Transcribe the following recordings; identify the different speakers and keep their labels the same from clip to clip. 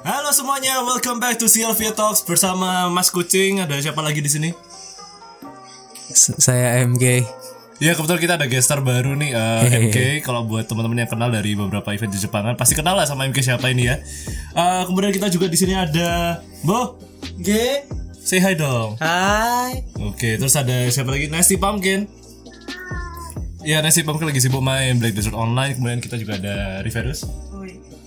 Speaker 1: Halo semuanya, welcome back to Sylvia Talks bersama Mas Kucing. Ada siapa lagi di sini?
Speaker 2: S- Saya MG.
Speaker 1: Ya kebetulan kita ada gestar baru nih eh, MK. Kalau buat teman-teman yang kenal dari beberapa event di Jepangan pasti kenal lah sama MK siapa ini ya. Eh, kemudian kita juga di sini ada Bo.
Speaker 3: G
Speaker 1: Say hi dong.
Speaker 3: Hai
Speaker 1: Oke, terus ada siapa lagi? Nasty Pumpkin. Ya, Nasty Pumpkin lagi sibuk main Black Desert Online. Kemudian kita juga ada Riverus.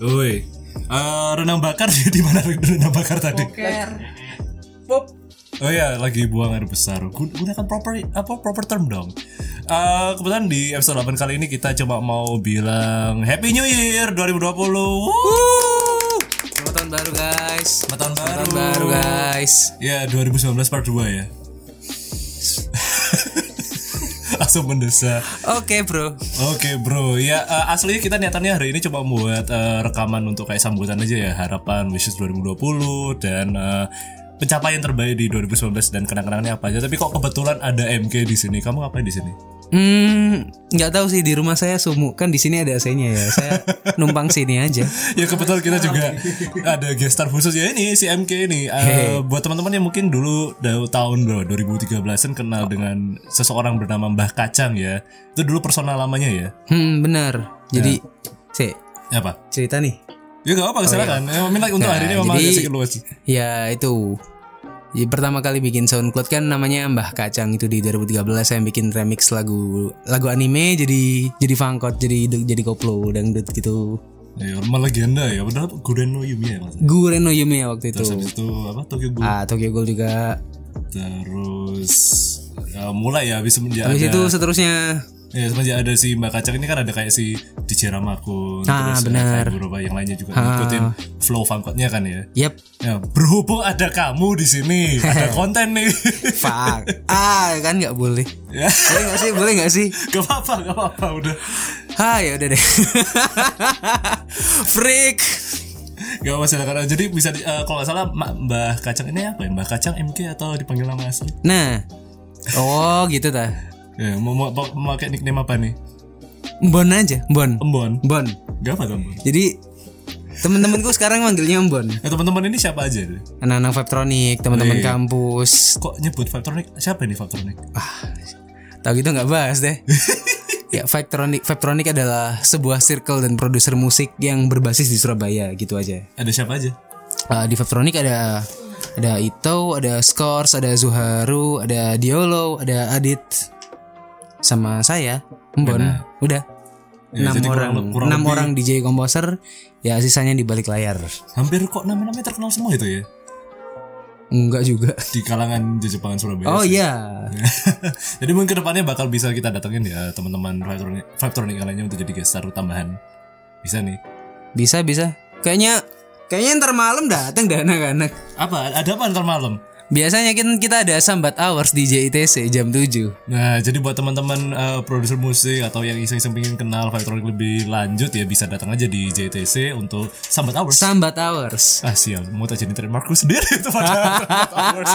Speaker 1: Uy. Eh, renang bakar di mana renang bakar tadi?
Speaker 3: Ker Pop
Speaker 1: Oh ya, lagi buang air besar. Gun- Gunakan proper apa proper term dong. Eh, kebetulan di episode 8 kali ini kita cuma mau bilang Happy New Year 2020. Wuh!
Speaker 2: Selamat tahun baru guys.
Speaker 1: Selamat tahun baru.
Speaker 2: Selamat tahun baru guys.
Speaker 1: Ya, 2019 part 2 ya. Langsung mendesak.
Speaker 2: Oke bro.
Speaker 1: Oke bro, ya eh, aslinya kita niatannya hari ini coba membuat eh, rekaman untuk kayak sambutan aja ya harapan wishes 2020 dan eh, pencapaian terbaik di 2019 dan kenang-kenangannya apa aja. Tapi kok kebetulan ada MK di sini. Kamu ngapain di sini?
Speaker 2: Hmm, nggak tahu sih di rumah saya sumuk kan di sini ada AC-nya ya. Saya numpang sini aja.
Speaker 1: ya kebetulan kita juga ada guest star khusus ya ini si MK ini. Eh, buat teman-teman yang mungkin dulu da- tahun bro 2013-an kenal dengan seseorang bernama Mbah Kacang ya. Itu dulu personal lamanya ya.
Speaker 2: Hmm, benar. Jadi, sih
Speaker 1: Apa?
Speaker 2: cerita nih.
Speaker 1: Ya gak apa-apa, silakan. Emang minta untuk
Speaker 2: Oh, Nah,
Speaker 1: hari ini memang
Speaker 2: jadi-
Speaker 1: agak sedikit luas.
Speaker 2: Ya itu. Ya, pertama kali bikin SoundCloud kan namanya Mbah Kacang itu di 2013 saya bikin remix lagu lagu anime jadi jadi fangkot jadi jadi koplo dangdut gitu.
Speaker 1: Ya, rumah legenda ya. Padahal Guden no Yumi ya Mas.
Speaker 2: Gure no Yume waktu
Speaker 1: Terus
Speaker 2: itu.
Speaker 1: habis itu apa Tokyo Ghoul.
Speaker 2: Ah, Tokyo Ghoul juga.
Speaker 1: Terus ya, mulai ya habis semenjak
Speaker 2: Habis
Speaker 1: ada
Speaker 2: itu seterusnya
Speaker 1: ya semenjak ada si Mbak Kacang ini kan ada kayak si DJ Ramakun
Speaker 2: Ah,
Speaker 1: terus ada
Speaker 2: benar.
Speaker 1: beberapa yang lainnya juga ngikutin flow fangkotnya kan ya.
Speaker 2: Yep,
Speaker 1: Ya, berhubung ada kamu di sini, ada konten nih.
Speaker 2: fuck. ah, kan nggak boleh.
Speaker 1: ya,
Speaker 2: Boleh nggak sih? Boleh nggak sih?
Speaker 1: gak apa-apa, gak apa-apa udah.
Speaker 2: Ha, ya udah deh. Freak.
Speaker 1: Gak masalah karena jadi bisa di- eh, kalau nggak salah Ma- Mbak Kacang ini apa ya? Mbak Kacang MK atau dipanggil nama asli?
Speaker 2: Nah. Oh, gitu ta.
Speaker 1: Ya, mau mau mau pakai nickname apa nih?
Speaker 2: Bon aja, Bon.
Speaker 1: Embon.
Speaker 2: Bon.
Speaker 1: Gak apa Embon.
Speaker 2: Jadi temen-temenku sekarang manggilnya Bon.
Speaker 1: Nah, teman-teman ini siapa aja? deh?
Speaker 2: Anak-anak Fabtronic,
Speaker 1: Wih.
Speaker 2: teman-teman kampus.
Speaker 1: Kok nyebut Fabtronic? Siapa ini Fabtronic?
Speaker 2: Tahu gitu nggak bahas deh. ya, Fabtronic, Fabtronic adalah sebuah circle dan produser musik yang berbasis di Surabaya gitu aja.
Speaker 1: Ada siapa aja?
Speaker 2: Uh, di Fabtronic ada ada Ito, ada Scores, ada Zuharu, ada Diolo, ada Adit sama saya, Mbon. Udah.
Speaker 1: Ya,
Speaker 2: enam
Speaker 1: jadi kurang
Speaker 2: orang,
Speaker 1: le- kurang
Speaker 2: enam
Speaker 1: lebih-
Speaker 2: orang DJ komposer, ya sisanya di balik layar.
Speaker 1: Hampir kok nama-namanya terkenal semua itu ya
Speaker 2: Enggak juga.
Speaker 1: di kalangan Jejepangan Surabaya.
Speaker 2: Oh
Speaker 1: sih.
Speaker 2: iya.
Speaker 1: jadi mungkin kedepannya bakal bisa kita datengin ya teman-teman Fabtronic, Fabtronic yang lainnya untuk jadi guest star tambahan. Bisa nih.
Speaker 2: Bisa bisa. Kayaknya kayaknya ntar malam datang dah anak-anak.
Speaker 1: Apa? Ada apa ntar malam?
Speaker 2: Biasanya kan kita ada sambat hours di JITC jam 7.
Speaker 1: Nah, jadi buat teman-teman eh, produser musik atau yang iseng-iseng pengen kenal Fabtronic lebih lanjut ya bisa datang aja di JTC untuk Sambat Hours.
Speaker 2: Sambat hours.
Speaker 1: Ah sial, mau tak jadi trademarkku sendiri itu pada Sambat Hours.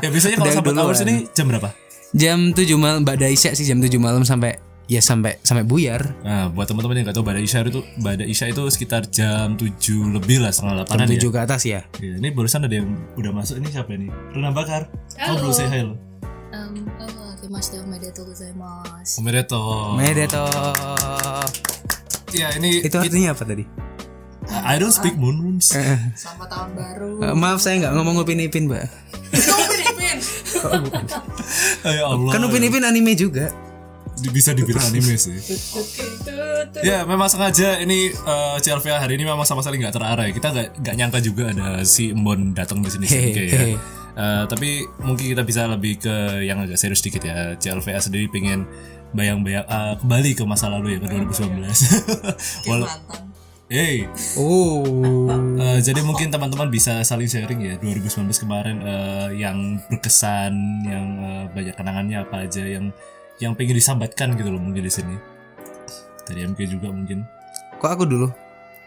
Speaker 1: Ya biasanya kalau
Speaker 2: Udah
Speaker 1: Sambat Hours
Speaker 2: duluan.
Speaker 1: ini jam berapa?
Speaker 2: Jam 7 malam Mbak Daisya sih jam 7 malam sampai ya sampai sampai buyar.
Speaker 1: Nah, buat teman-teman yang nggak tahu Bada Isya itu Bada Isya itu sekitar jam 7 lebih lah setengah 8
Speaker 2: 7
Speaker 1: ya.
Speaker 2: ke atas ya.
Speaker 1: Ya, ini barusan ada yang udah masuk ini siapa ini? Rena Bakar. Oh, belum say hello.
Speaker 4: うん、あー明けましておめでとうございます。
Speaker 1: Omedeto.
Speaker 2: Medeto.
Speaker 1: Ya, ini
Speaker 2: Itu artinya apa Eh, tadi?
Speaker 1: I don't speak moonrooms.
Speaker 4: Selamat tahun baru.
Speaker 2: Eh, maaf saya nggak ngomong Upin Ipin, Mbak.
Speaker 1: ya Allah.
Speaker 2: Kan Upin Ipin anime juga.
Speaker 1: bisa dibilang anime sih. ya memang sengaja ini eh, CLVA hari ini memang sama sekali nggak terarah ya. Kita nggak nggak nyangka juga ada si Embon datang ke sini sih,
Speaker 2: Hehehe.
Speaker 1: kayak ya. Eh, tapi mungkin kita bisa lebih ke yang agak serius dikit ya. CLVA sendiri pengen bayang-bayang eh, kembali ke masa lalu ya ke 2019. Wala- Hey,
Speaker 2: Oh.
Speaker 1: eh, jadi mungkin teman-teman bisa saling sharing ya 2019 kemarin eh, yang berkesan, yang eh, banyak kenangannya apa aja, yang yang pengen disambatkan gitu loh mungkin di sini. Dari MK juga mungkin.
Speaker 2: Kok aku dulu?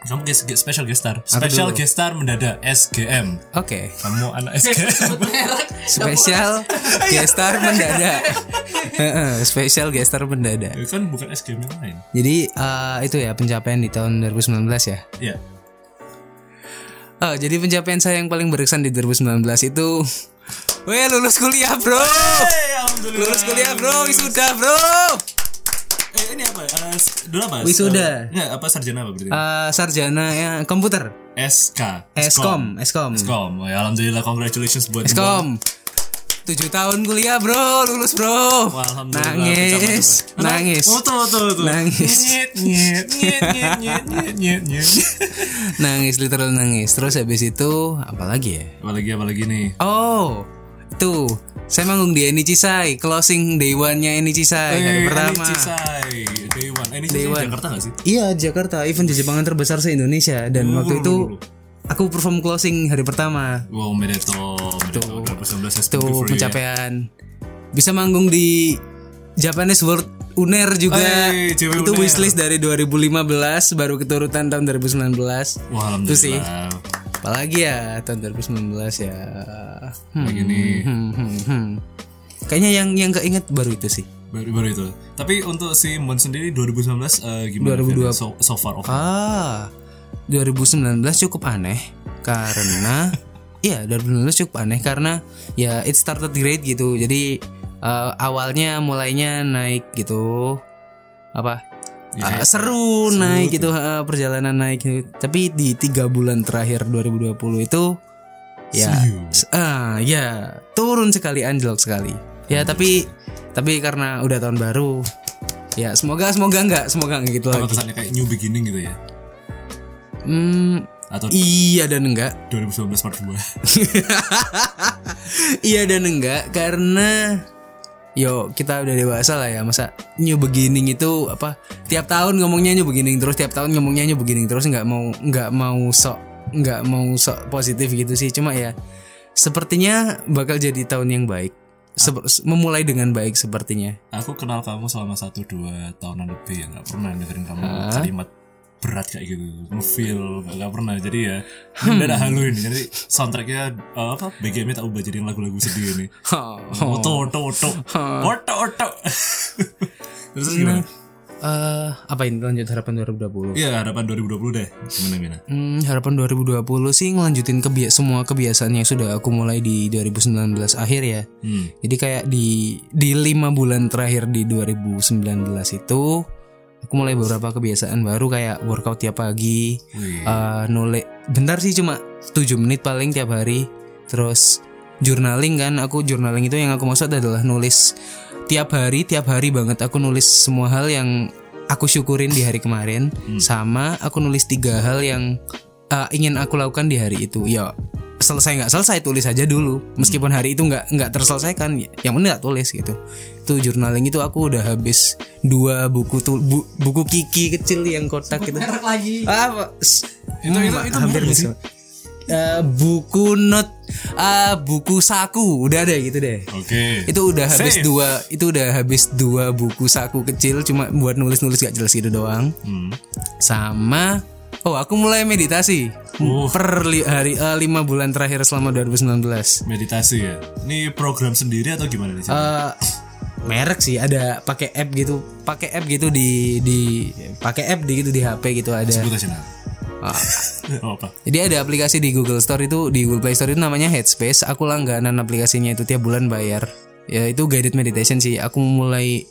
Speaker 1: Kamu guest, guest- special guest star, special guest star mendadak SGM.
Speaker 2: Oke.
Speaker 1: Kamu anak SGM.
Speaker 2: Spesial
Speaker 4: Iya.
Speaker 2: guest star mendadak. Eh, Heeh, Spesial guest star mendadak.
Speaker 1: Ya kan bukan SGM yang lain.
Speaker 2: Jadi eh, itu ya pencapaian di tahun 2019 ya.
Speaker 1: Ya.
Speaker 2: Eh Oh, jadi pencapaian saya yang paling berkesan di 2019 itu Weh lulus kuliah bro
Speaker 1: alhamdulillah.
Speaker 2: Lulus kuliah bro, wisuda bro
Speaker 1: Eh, ini apa? Eh, s- dulu apa? Eh,
Speaker 2: Wisuda.
Speaker 1: Enggak, apa sarjana apa berarti?
Speaker 2: Eh, Sarjana ya, komputer Eh,
Speaker 1: SK.
Speaker 2: Eskom Eskom
Speaker 1: Eskom. Oh, ya, alhamdulillah congratulations buat
Speaker 2: Eskom 7 tahun kuliah bro, lulus bro
Speaker 1: Wah, alhamdulillah.
Speaker 2: Nangis
Speaker 1: Ucapan-
Speaker 2: Nangis
Speaker 1: Oh, tuh, tuh, tuh.
Speaker 2: Nangis.
Speaker 1: Nyet, nyet, nyet, nyet, nyet, nyet, nyet, nyet.
Speaker 2: Nangis, literal nangis Terus habis itu, apa lagi ya?
Speaker 1: Apalagi, apalagi nih.
Speaker 2: Oh, tuh saya manggung di Enicisai, closing day one-nya Enicisai kali
Speaker 1: Eh,
Speaker 2: pertama.
Speaker 1: Anichi Sai, Day One. Eh, ini Day
Speaker 2: One.
Speaker 1: Jakarta nggak sih?
Speaker 2: Iya, Jakarta, event di Jepangan terbesar se-Indonesia dan
Speaker 1: Oh,
Speaker 2: waktu itu aku perform closing hari pertama.
Speaker 1: Wow, Medeto, Medeto 2019 has been good
Speaker 2: Tuh
Speaker 1: for you, ya.
Speaker 2: pencapaian. Bisa manggung di Japanese World UNER juga.
Speaker 1: Hey, JW
Speaker 2: itu
Speaker 1: UNER.
Speaker 2: wishlist dari 2015 baru keturutan tahun 2019.
Speaker 1: Wah,
Speaker 2: Itu sih.
Speaker 1: alhamdulillah.
Speaker 2: Apalagi ya tahun 2019 ya. Hmm,
Speaker 1: Lagi nih.
Speaker 2: hmm, hmm, hmm. Kayaknya yang yang keinget baru itu sih.
Speaker 1: Baru, baru itu. Tapi untuk si Moon sendiri 2019 eh, gimana?
Speaker 2: 2020.
Speaker 1: So, so far off.
Speaker 2: Ah, 2019 cukup aneh karena iya 2019 cukup aneh karena ya it started great gitu. Jadi eh, awalnya mulainya naik gitu apa
Speaker 1: Ya,
Speaker 2: eh, seru, naik gitu eh, perjalanan naik gitu. tapi di tiga bulan terakhir 2020 itu ya
Speaker 1: Serius.
Speaker 2: S- ah ya turun sekali anjlok sekali ya tapi tapi karena udah tahun baru ya semoga semoga enggak semoga enggak gitu
Speaker 1: Apa
Speaker 2: lagi
Speaker 1: kesannya kayak new beginning gitu ya?
Speaker 2: Hmm,
Speaker 1: Atau
Speaker 2: iya dan enggak.
Speaker 1: 2019 part 2
Speaker 2: iya dan enggak karena yo kita udah dewasa lah ya masa new beginning itu apa tiap tahun ngomongnya new beginning terus tiap tahun ngomongnya new beginning terus nggak mau nggak mau sok nggak mau sok positif gitu sih cuma ya sepertinya bakal jadi tahun yang baik Sep- memulai dengan baik sepertinya
Speaker 1: Aku kenal kamu selama 1-2 tahunan lebih ya Gak pernah dengerin kamu kalimat berat kayak gitu Ngefeel gak, gak pernah Jadi ya Ini ada Halloween Jadi soundtracknya eh, apa BGM-nya tak ubah jadi lagu-lagu sedih ini Oto oto oto Oto oto Terus terus gimana?
Speaker 2: Eh, apa ini lanjut harapan 2020
Speaker 1: Iya harapan 2020 deh Gimana gimana?
Speaker 2: Hmm, harapan 2020 sih ngelanjutin kebia semua kebiasaan yang sudah aku mulai di 2019 akhir ya.
Speaker 1: Hmm.
Speaker 2: Jadi kayak di di lima bulan terakhir di 2019 itu aku mulai beberapa kebiasaan baru kayak workout tiap pagi,
Speaker 1: Wih.
Speaker 2: eh, nulis bentar sih cuma 7 menit paling tiap hari. Terus journaling kan aku journaling itu yang aku maksud adalah nulis tiap hari tiap hari banget aku nulis semua hal yang aku syukurin di hari kemarin sama aku nulis tiga hal yang uh, ingin aku lakukan di hari itu ya selesai nggak selesai tulis aja dulu meskipun hari itu nggak nggak terselesaikan ya, yang penting nggak tulis gitu itu journaling itu aku udah habis dua buku tul- bu- buku kiki kecil yang kotak gitu
Speaker 3: lagi.
Speaker 2: apa
Speaker 1: Itu- itu- itu
Speaker 2: hampir
Speaker 1: buku
Speaker 2: bisa Eh, buku not eh, buku saku udah deh gitu deh
Speaker 1: Oke
Speaker 2: itu udah habis
Speaker 1: Safe.
Speaker 2: dua itu udah habis dua buku saku kecil cuma buat nulis nulis gak jelas gitu doang
Speaker 1: Hmm.
Speaker 2: sama oh aku mulai meditasi per li- hari eh, lima bulan terakhir selama 2019
Speaker 1: Meditasi ya Ini program sendiri atau gimana nih?
Speaker 2: Eh merek sih ada pakai app gitu pakai app gitu di di pakai app di gitu di HP gitu ada
Speaker 1: Sebut aja nanti
Speaker 2: Ah.
Speaker 1: Oh, apa?
Speaker 2: Jadi ada aplikasi di Google Store itu di Google Play Store itu namanya Headspace. Aku langganan aplikasinya itu tiap bulan bayar. Ya itu guided meditation sih. Aku mulai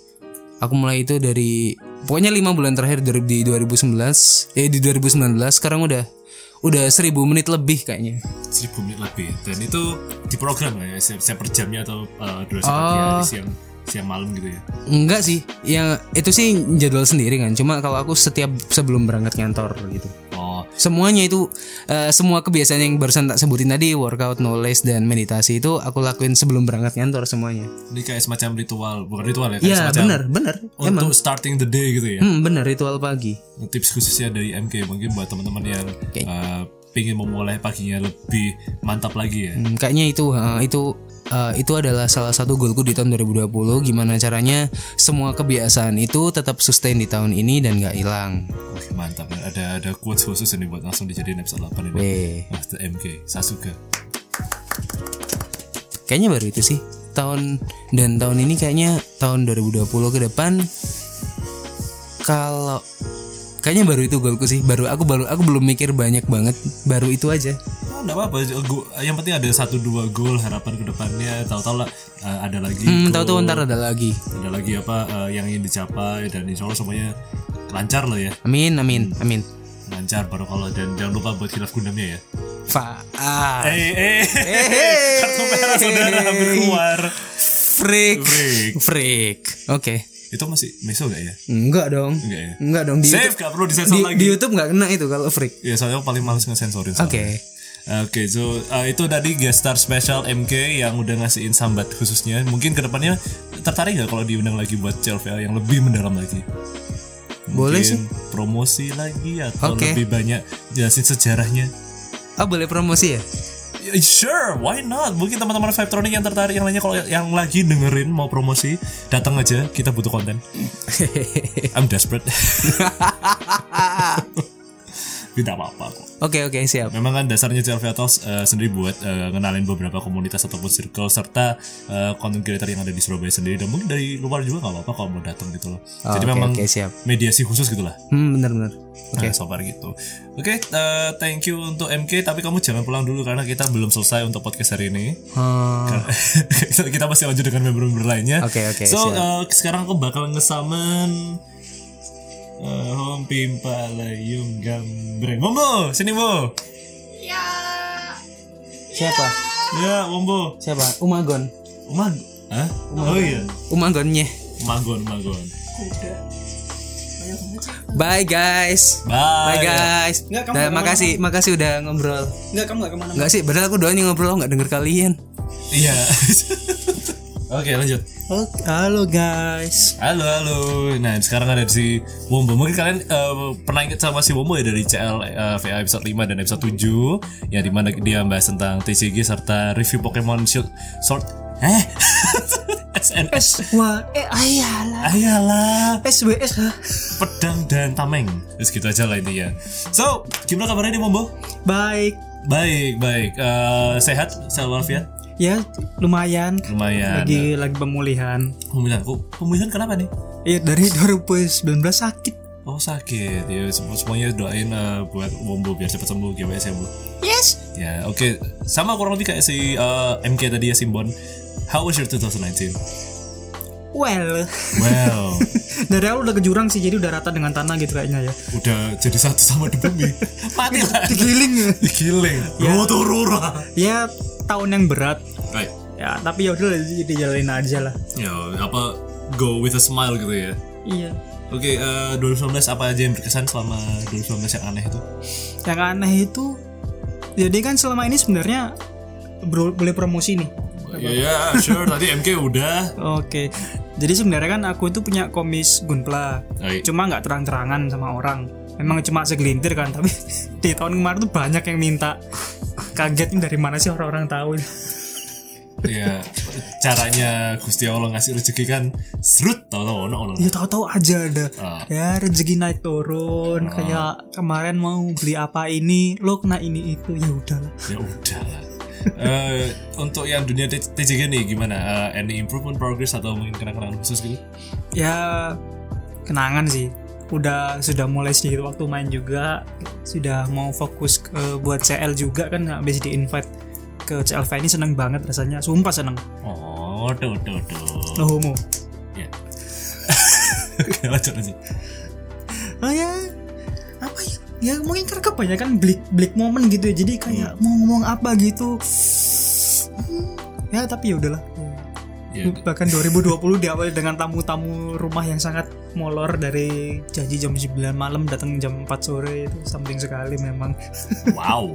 Speaker 2: aku mulai itu dari pokoknya lima bulan terakhir dari di 2019 eh di 2019 sekarang udah udah 1000 menit lebih kayaknya.
Speaker 1: 1000 menit lebih dan itu di program ya siap, siap per jamnya atau uh, durasi pagi
Speaker 2: Oh.
Speaker 1: hari siang siang malam gitu ya
Speaker 2: Enggak sih. Yang itu sih jadwal sendiri kan. Cuma kalau aku setiap sebelum berangkat kantor gitu.
Speaker 1: oh
Speaker 2: Semuanya itu eh, semua kebiasaan yang barusan tak sebutin tadi workout, nulis dan meditasi itu aku lakuin sebelum berangkat kantor semuanya.
Speaker 1: ini kayak semacam ritual bukan ritual ya kayak
Speaker 2: Iya
Speaker 1: semacam
Speaker 2: benar benar
Speaker 1: untuk starting the day gitu ya
Speaker 2: hmm, benar ritual pagi
Speaker 1: tips khususnya dari MK mungkin buat teman-teman yang
Speaker 2: Hmm. Oke.
Speaker 1: uh, pengen memulai paginya lebih mantap lagi ya
Speaker 2: Hmm, kayaknya itu ha, itu eh, itu adalah salah satu goalku di tahun 2020 gimana caranya semua kebiasaan itu tetap sustain di tahun ini dan gak hilang
Speaker 1: Wih, mantap ada ada quotes khusus ini buat langsung dijadiin episode 8 ini
Speaker 2: Weh,
Speaker 1: Master MK Sasuke
Speaker 2: kayaknya baru itu sih tahun dan tahun ini kayaknya tahun 2020 ke depan kalau kayaknya baru itu goalku sih baru aku baru aku belum mikir banyak banget baru itu aja
Speaker 1: Ah, nggak apa-apa Go- yang penting ada satu dua goal harapan kedepannya tahu-tahu lah eh, ada lagi
Speaker 2: Hmm,
Speaker 1: goal,
Speaker 2: tahu tuh ntar ada lagi.
Speaker 1: ada lagi apa eh, yang ingin dicapai dan insya Allah semuanya lancar lah ya
Speaker 2: Amin, amin, amin.
Speaker 1: lancar baru kalau dan jangan lupa buat hilaf gundamnya ya
Speaker 2: Fa ah.
Speaker 1: eh eh kartu merah saudara
Speaker 2: Eh.
Speaker 1: hampir keluar
Speaker 2: Freak.
Speaker 1: Freak.
Speaker 2: Freak. Oke.
Speaker 1: itu masih meso nggak ya
Speaker 2: Enggak dong.
Speaker 1: Enggak ya?
Speaker 2: Enggak dong di
Speaker 1: Safe,
Speaker 2: YouTube.
Speaker 1: gak perlu disensor
Speaker 2: Di,
Speaker 1: lagi.
Speaker 2: di YouTube enggak kena itu kalau freak.
Speaker 1: Ya soalnya aku paling males ngesensorin soalnya.
Speaker 2: Oke.
Speaker 1: Oke, so uh, itu tadi guest star special MK yang udah ngasihin sambat khususnya. Mungkin kedepannya tertarik nggak kalau diundang lagi buat CLVL yang lebih mendalam lagi?
Speaker 2: Boleh
Speaker 1: Mungkin
Speaker 2: sih.
Speaker 1: Promosi lagi atau
Speaker 2: Oke.
Speaker 1: lebih banyak jelasin sejarahnya.
Speaker 2: Oh, boleh promosi ya?
Speaker 1: Ya, Sure, why not? Mungkin teman-teman Vibetronic yang tertarik yang lainnya kalau yang lagi dengerin mau promosi, datang aja. Kita butuh konten. I'm desperate. Tidak apa-apa kok.
Speaker 2: Oke, oke, siap.
Speaker 1: Memang kan dasarnya CLV Talks eh, sendiri buat eh, ngenalin beberapa komunitas ataupun circle serta eh, content creator yang ada di Surabaya sendiri dan mungkin dari luar juga nggak apa-apa kalau mau datang gitu loh.
Speaker 2: Oh,
Speaker 1: Jadi
Speaker 2: oke,
Speaker 1: memang
Speaker 2: oke, siap.
Speaker 1: mediasi khusus gitu lah.
Speaker 2: Hmm, benar benar. Oke.
Speaker 1: Nah, so far gitu. Oke, eh, thank you untuk MK tapi kamu jangan pulang dulu karena kita belum selesai untuk podcast hari ini.
Speaker 2: Hmm,
Speaker 1: kita masih lanjut dengan member-member lainnya.
Speaker 2: Oke, oke,
Speaker 1: So,
Speaker 2: siap.
Speaker 1: eh, sekarang aku bakal ngesamen eh, Hom Pimpa Layung Gambreng. Mombo, sini, Bo.
Speaker 2: Siapa?
Speaker 1: Ya, Mombo.
Speaker 2: Siapa? Umagon.
Speaker 1: Umag Hah? Oh iya
Speaker 2: Umagonnya.
Speaker 1: Magon Magon
Speaker 2: Bye guys. Bye
Speaker 1: Bye
Speaker 2: guys.
Speaker 3: Nggak, kamu
Speaker 2: Nah,
Speaker 3: nggak
Speaker 2: makasih, makasih udah ngobrol.
Speaker 3: Enggak, kamu enggak kemana
Speaker 2: Enggak sih, padahal aku doanya ngobrol nggak denger kalian.
Speaker 1: Iya Oke lanjut
Speaker 2: Oke, halo guys.
Speaker 1: Halo halo Nah sekarang ada si Wombo Mungkin kalian eh, pernah ingat sama si Wombo ya Dari CL eh, VA episode 5 dan episode 7 Yang dimana dia bahas tentang TCG Serta review Pokemon Shield Sword Eh SNS
Speaker 2: Wah, eh ayalah.
Speaker 1: Ayalah
Speaker 2: SWS
Speaker 1: Pedang dan Tameng Terus gitu aja lah intinya So gimana kabarnya di Wombo?
Speaker 5: Baik,
Speaker 1: Baik baik Eh, Sehat? Sehat walafiat?
Speaker 5: ya lumayan.
Speaker 1: Lumayan
Speaker 5: Lagi lagi pemulihan.
Speaker 1: Pemulihan kok pemulihan kenapa nih?
Speaker 5: Iya dari 2019 sakit.
Speaker 1: Oh sakit ya sem- semuanya doain eh, buat Wombo biar cepat sembuh GWS ya Bu.
Speaker 5: Yes.
Speaker 1: Ya oke sama kurang lebih kayak si eh, MK tadi ya Simbon. How was your 2019?
Speaker 5: Well,
Speaker 1: Well
Speaker 5: dari awal udah ke jurang sih jadi udah rata dengan tanah gitu kayaknya ya.
Speaker 1: udah jadi satu sama the bumi mati lah
Speaker 5: Digiling ya.
Speaker 1: digiling rotorora.
Speaker 5: Ya tahun yang berat.
Speaker 1: Right.
Speaker 5: Ya tapi ya udah jadi jalanin aja lah.
Speaker 1: Ya apa go with a smile gitu ya.
Speaker 5: Iya.
Speaker 1: Oke, eh, 2019 apa aja yang berkesan selama 2019 yang aneh itu?
Speaker 5: Yang aneh itu, jadi kan selama ini sebenarnya bro- boleh promosi nih.
Speaker 1: Ya, ya, sure. Tadi MK udah.
Speaker 5: Oke. Jadi sebenarnya kan aku itu punya komis Gunpla.
Speaker 1: Oke.
Speaker 5: cuma nggak terang-terangan sama orang memang cuma segelintir kan tapi di tahun kemarin tuh banyak yang minta kaget ini dari mana sih orang-orang tahu
Speaker 1: Iya, caranya Gusti Allah ngasih rezeki kan serut tau tau ono ono.
Speaker 5: ya tahu-tahu aja ada
Speaker 1: Ah.
Speaker 5: ya rezeki naik turun kayak kemarin mau beli apa ini lo kena ini itu ya udahlah
Speaker 1: Ya udah. Eh, untuk yang dunia T- TCG nih gimana? Eh, any improvement progress atau mungkin kenangan khusus gitu?
Speaker 5: ya kenangan sih udah sudah mulai sedikit waktu main juga sudah mau fokus ke buat CL juga kan habis di invite ke CLV ini seneng banget rasanya sumpah seneng
Speaker 1: Oh, tuh tuh tuh.
Speaker 5: no homo
Speaker 1: Ya. Oke, lanjut lanjut.
Speaker 5: oh ya apa ya ya mungkin karena kebanyakan blik blik momen gitu ya jadi kayak mau ngomong apa gitu Hmm, ya tapi ya udahlah
Speaker 1: Ya,
Speaker 5: bahkan 2020 diawali dengan tamu-tamu rumah yang sangat molor dari janji jam 9 malam datang jam 4 sore itu something sekali memang
Speaker 1: wow.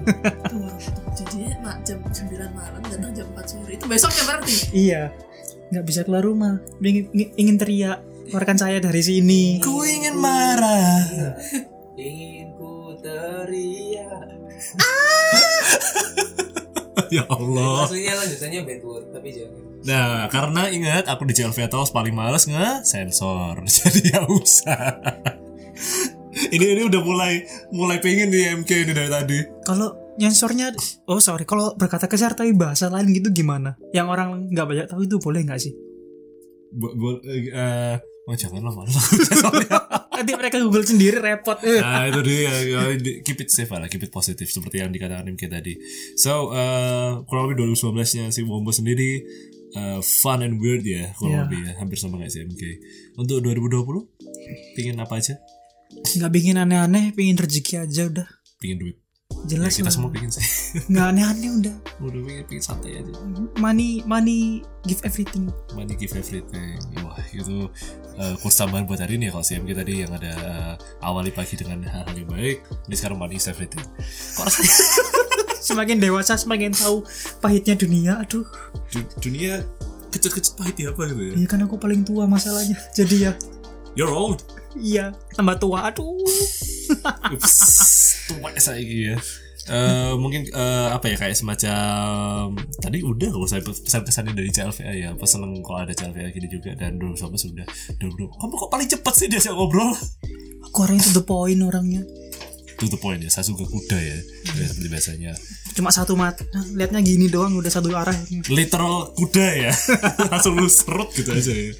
Speaker 4: Jadi mak jam 9 malam datang jam 4 sore itu besoknya berarti.
Speaker 5: iya nggak bisa keluar rumah ingin, ingin- ingin teriak keluarkan saya dari sini
Speaker 1: Ku ingin marah.
Speaker 2: Ingin ku teriak.
Speaker 1: ya
Speaker 6: Oh.
Speaker 1: Allah.
Speaker 2: Aslinya lanjutannya bad word, tapi jangan.
Speaker 1: Nah, karena ingat aku di CLV Talks paling males nge sensor. Jadi ya usah. ini ini udah mulai mulai pengen di MK ini dari tadi.
Speaker 5: kalau nyensornya oh sorry kalau berkata kasar tapi bahasa lain gitu gimana yang orang nggak banyak tahu itu boleh nggak sih
Speaker 1: Bo- bo- eh, eh, oh jangan lah malu.
Speaker 5: nanti mereka Google sendiri repot. Eh.
Speaker 1: Nah itu dia Ya, di- keep it safe lah, keep it positif seperti yang dikatakan Imke tadi. So eh, kurang lebih 2019-nya si Bombo sendiri eh, fun and weird ya kurang
Speaker 5: Iya.
Speaker 1: lebih ya, hampir sama kayak si MK. Untuk 2020 pingin apa aja?
Speaker 5: Nggak pingin aneh-aneh, pingin rezeki aja udah.
Speaker 1: Pingin duit. Ya,
Speaker 5: Jelas
Speaker 1: kita
Speaker 5: lah.
Speaker 1: semua pingin sih.
Speaker 5: Nggak aneh-aneh udah.
Speaker 1: Udah pingin pingin santai aja.
Speaker 5: Money, money, give everything.
Speaker 1: Money give everything. Wah itu eh, kurs tambahan buat hari ini ya kalau si MK tadi yang ada eh, awali pagi dengan hal-hal yang baik. Ini sekarang money is everything. Kok rasanya
Speaker 5: Semakin dewasa semakin tahu pahitnya dunia. Aduh,
Speaker 1: du- dunia kecut-kecut pahit ya apa gitu ya?
Speaker 5: ya kan aku paling tua masalahnya. Jadi ya,
Speaker 1: You're old.
Speaker 5: iya tambah tua. Aduh.
Speaker 1: Ups, tua saya gitu ya. Eh, mungkin eh, apa ya kayak semacam tadi udah kalau saya pesan pesannya dari CLVA ya apa seneng kalau ada CLVA gini juga dan dulu sama sudah dulu kamu kok paling cepat sih diajak ngobrol
Speaker 5: Aku orangnya to the point orangnya.
Speaker 1: to the point ya saya suka kuda ya, ya seperti biasanya
Speaker 5: Cuma satu mata. Lihatnya gini doang udah satu arah.
Speaker 1: literal kuda ya langsung lu serut gitu aja ya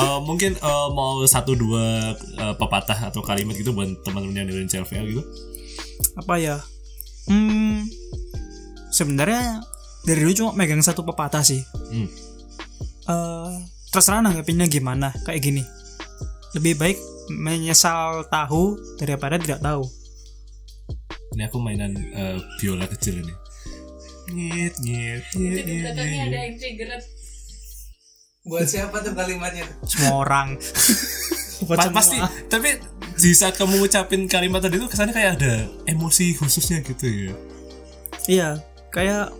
Speaker 1: Eh, mungkin eh, mau satu dua eh, pepatah atau kalimat gitu buat teman-teman yang dengerin CLVA gitu
Speaker 5: apa ya hmm sebenarnya dari dulu cuma megang satu pepatah sih
Speaker 1: Hmm.
Speaker 5: Eh, terserah nanggapinnya gimana kayak gini lebih baik menyesal tahu daripada tidak tahu
Speaker 1: ini aku mainan eh, biola kecil ini nyet nyet
Speaker 3: iya.
Speaker 1: nyet,
Speaker 4: Jadi
Speaker 1: nyet,
Speaker 4: belakangnya
Speaker 1: nyet.
Speaker 4: ada yang trigger
Speaker 2: Buat siapa tuh kalimatnya?
Speaker 5: semua orang Buat
Speaker 1: Pa-
Speaker 5: semua.
Speaker 1: pasti tapi di saat kamu ngucapin kalimat tadi itu kesannya kayak ada emosi khususnya gitu ya
Speaker 5: iya kayak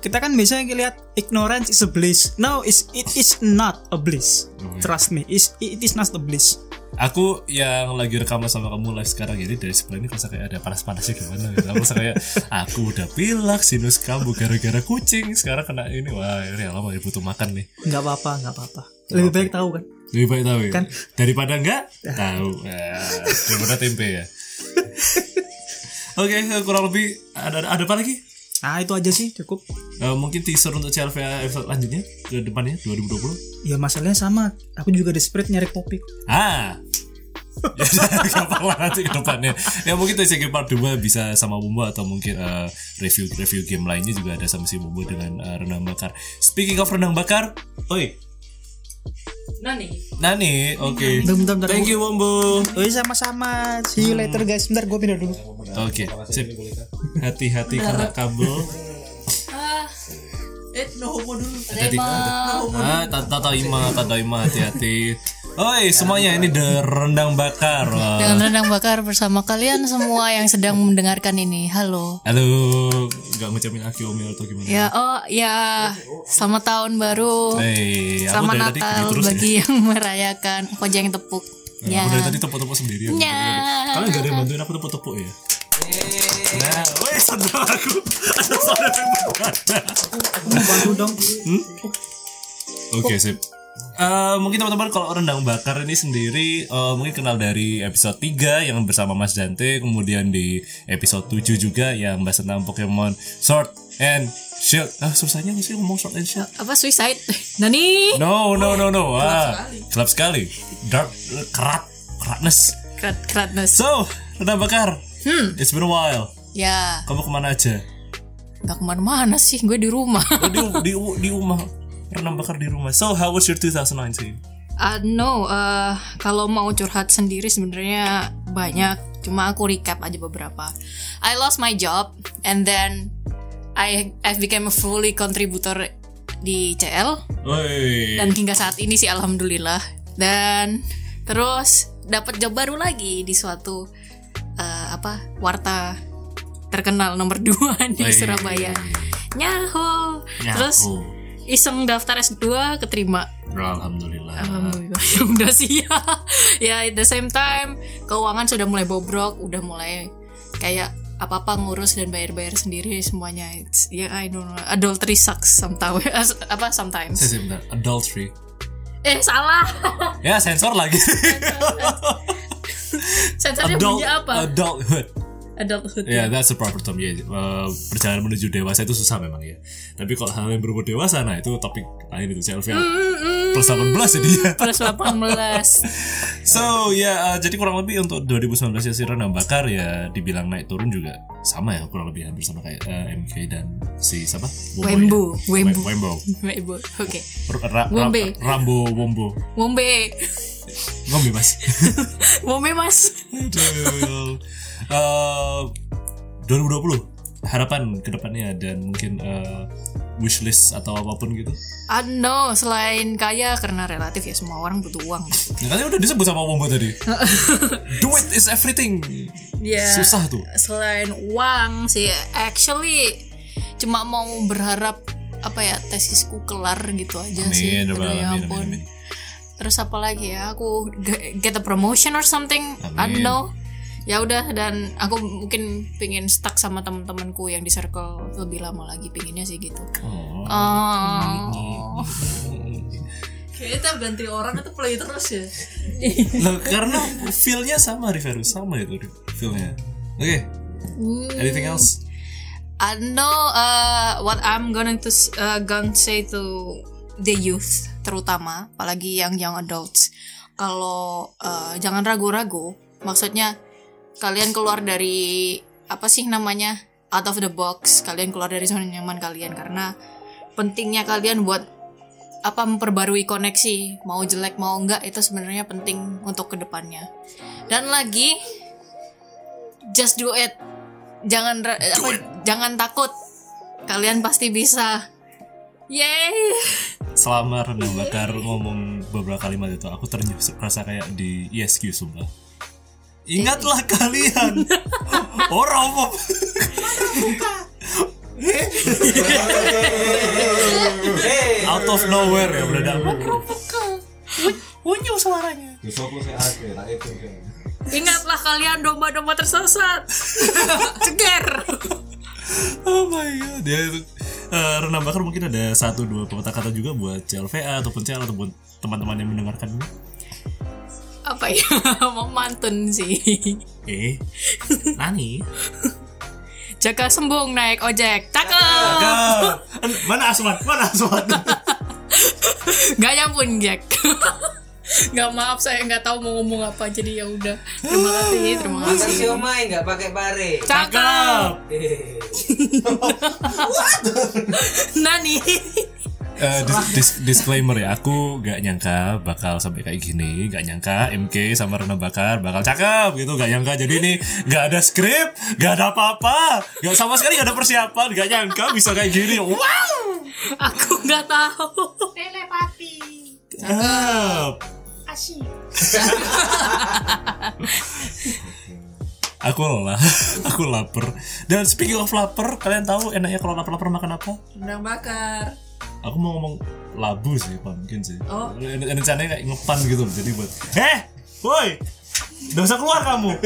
Speaker 5: kita kan biasanya lihat ignorance is a bliss no is it is not a bliss
Speaker 1: Oh, iya.
Speaker 5: trust me is it is not a bliss
Speaker 1: aku yang lagi rekaman sama kamu live sekarang ini dari sebelah ini kerasa kayak ada panas-panasnya gimana gitu aku rasa kayak aku udah pilak sinus kamu gara-gara kucing sekarang kena ini wah ini lama ya butuh makan nih
Speaker 5: nggak apa-apa nggak apa-apa lebih baik tahu kan
Speaker 1: lebih baik tahu ya
Speaker 5: Kan.
Speaker 1: daripada enggak tahu ya, daripada tempe ya Oke, eh, kurang lebih ada ada apa lagi?
Speaker 5: nah itu aja sih cukup
Speaker 1: Eh, mungkin teaser untuk CLVA episode lanjutnya ke depannya 2020.
Speaker 5: Ya masalahnya sama, aku juga desperate nyari topik.
Speaker 1: Ah. ya gampang lah nanti ke depannya ya mungkin TCG part 2 bisa sama Bumbu atau mungkin eh, review-review game lainnya juga ada sama si Bumbu dengan eh, rendang bakar speaking of rendang bakar oi
Speaker 7: Nah,
Speaker 4: Nani
Speaker 1: Nani oke
Speaker 5: Bentar, bentar, bentar.
Speaker 1: thank you Bumbu
Speaker 5: Oh iya, sama-sama. See you later guys. Bentar gue pindah dulu.
Speaker 1: oke sip. hati-hati karena kabel
Speaker 4: ah
Speaker 3: Eh, no homo dulu.
Speaker 1: hati-hati ah tata tata ima tata ima hati-hati oi semuanya ini the rendang bakar Wah.
Speaker 7: Dengan rendang bakar bersama kalian semua yang sedang mendengarkan ini. Halo.
Speaker 1: halo nggak ngucapin aki omel atau gimana
Speaker 7: Ya, oh ya, selamat tahun baru.
Speaker 1: Iya. Eh, aku
Speaker 7: Selamat
Speaker 1: dari tadi gini
Speaker 7: Natal
Speaker 1: terus ya.
Speaker 7: bagi yang merayakan kojeng tepuk.
Speaker 1: Ya. kan,
Speaker 7: Ya.
Speaker 1: Aku dari tadi tepuk-tepuk sendiri.
Speaker 7: Ya.
Speaker 1: Kalian gak ada yang bantuin aku tepuk-tepuk ya? Nah, weh satu aku ada suara yang berbeda.
Speaker 5: Bantu dong.
Speaker 1: Hmm? Oke sip. Eh, mungkin teman-teman kalau rendang bakar ini sendiri eh, mungkin kenal dari episode 3 yang bersama Mas Dante kemudian di episode 7 juga yang bahas tentang Pokemon Sword and Shield. Ah, susahnya sih ngomong Sword and Shield.
Speaker 7: Apa suicide? Nani?
Speaker 1: No, no, no, no. Wah, gelap sekali. Dark kerat, keratness.
Speaker 7: Kerat keratness.
Speaker 1: So, rendang bakar.
Speaker 7: Hmm.
Speaker 1: It's been a while.
Speaker 7: Ya,
Speaker 1: Kamu kemana aja?
Speaker 7: nggak kemana-mana sih. Gue di rumah.
Speaker 1: Oh, di, di, di rumah Renang bakar di rumah So how was your 2019?
Speaker 7: Ah, no, eh, kalau mau curhat sendiri sebenarnya banyak. Cuma aku recap aja beberapa. I lost my job and then I I became a fully contributor di CL
Speaker 1: Oi.
Speaker 7: dan hingga saat ini sih alhamdulillah. Dan terus dapat job baru lagi di suatu eh, apa warta terkenal nomor 2 di
Speaker 1: Wih.
Speaker 7: Surabaya. Nyaho.
Speaker 1: Nyaho.
Speaker 7: Terus iseng daftar S2 keterima.
Speaker 1: Alhamdulillah.
Speaker 7: Alhamdulillah ya udah sih ya. Ya at the same time keuangan sudah mulai bobrok, udah mulai kayak apa-apa ngurus dan bayar-bayar sendiri semuanya. It's- Ya I don't know. Adultery sucks sometimes. apa
Speaker 1: Saya
Speaker 7: sometimes.
Speaker 1: sih bentar. Adultery.
Speaker 7: Eh salah.
Speaker 1: Ya sensor lagi.
Speaker 7: Sensornya bunyi apa?
Speaker 1: Adulthood.
Speaker 7: Adulthood.
Speaker 1: Ya, that's the proper term. Ya, Eh, perjalanan menuju dewasa itu susah memang ya. Tapi kalau hal yang berbau dewasa, nah itu topik lain itu selfie.
Speaker 7: Mm, mm,
Speaker 1: plus 18 jadi ya.
Speaker 7: plus 18
Speaker 1: So ya uh, jadi kurang lebih untuk 2019 ya si Renang Bakar ya dibilang naik turun juga sama ya kurang lebih hampir sama kayak uh, MK dan si siapa?
Speaker 7: Wembo,
Speaker 1: ya?
Speaker 7: Wembo.
Speaker 1: Wem- Wembo.
Speaker 7: Ibu, oke
Speaker 1: R- ra- ra-
Speaker 7: Wombe.
Speaker 1: Rambo Wombo.
Speaker 7: Wombe
Speaker 1: Ngombe Mas.
Speaker 7: Wombe mas
Speaker 1: Aduh. Eh, 2020 harapan kedepannya dan mungkin eh, wishlist atau apapun gitu.
Speaker 7: I don't know Ah, selain kaya karena relatif ya semua orang butuh uang
Speaker 1: Ya, kan udah disebut sama Wombo tadi. Duit is everything.
Speaker 7: Ya.
Speaker 1: Susah tuh.
Speaker 7: selain uang sih actually cuma mau berharap apa ya tesisku kelar gitu aja
Speaker 1: Amin,
Speaker 7: sih Aduh,
Speaker 1: amin,
Speaker 7: ya
Speaker 1: amin,
Speaker 7: ampun.
Speaker 1: amin.
Speaker 7: terus apa lagi ya aku ge- get a promotion or something I
Speaker 1: Amin.
Speaker 7: don't know ya udah dan aku mungkin pingin stuck sama teman-temanku yang di circle lebih lama lagi pinginnya sih gitu
Speaker 1: Oh.
Speaker 7: oh
Speaker 4: Kayaknya tiap ganti orang itu play terus ya.
Speaker 1: Loh, karena feel-nya sama Riveru, sama itu Riv, feel-nya. Oke, anything else?
Speaker 7: I don't know uh, what I'm gonna to s- uh, gonna say to the youth terutama apalagi yang young adults kalau uh, jangan ragu-ragu maksudnya kalian keluar dari apa sih namanya out of the box kalian keluar dari zona nyaman kalian karena pentingnya kalian buat apa memperbarui koneksi mau jelek mau enggak itu sebenarnya penting untuk kedepannya dan lagi just do it jangan ra- apa, jangan takut kalian pasti bisa yay
Speaker 1: Selama Renang Bakar ngomong beberapa kalimat itu, aku ternyusuk rasa kayak di ISQ sumpah. Ingatlah kalian, orang mau out of nowhere ya udah
Speaker 6: Besok lu saya ada, tak itu kan.
Speaker 7: ingatlah kalian domba-domba tersesat ceger
Speaker 1: Oh my god, ya itu. Eh, Renang Bakar mungkin ada satu dua kata kata juga buat CLVA ataupun CL ataupun teman-teman yang mendengarkan ini.
Speaker 7: apa ya mau mantun sih
Speaker 1: Eh, Nani?
Speaker 7: jaga sembung naik ojek cakep
Speaker 1: Ah, mana Aswan? Mana Aswan?
Speaker 7: nggak nyampun Jack nggak maaf saya nggak tahu mau ngomong apa jadi ya udah terima kasih terima
Speaker 3: Makan
Speaker 7: kasih
Speaker 3: siomay nggak pakai pare.
Speaker 7: cakep
Speaker 3: Hehehe.
Speaker 7: nani
Speaker 1: Eh, dis- dis- disclaimer ya, aku gak nyangka bakal sampai kayak gini, gak nyangka MK sama Rena Bakar bakal cakep gitu, gak nyangka. Jadi ini gak ada skrip, gak ada apa-apa, gak sama sekali gak ada persiapan, gak nyangka bisa kayak gini. Wow,
Speaker 7: aku nggak tahu
Speaker 1: cakep. aku lelah, aku lapar. Dan speaking of lapar, kalian tahu enaknya kalau lapar-lapar makan apa?
Speaker 4: Rendang bakar.
Speaker 1: aku mau ngomong labu sih mungkin sih
Speaker 4: Oh.
Speaker 1: Re- rencananya kayak ngepan gitu loh, jadi buat eh woi udah usah keluar kamu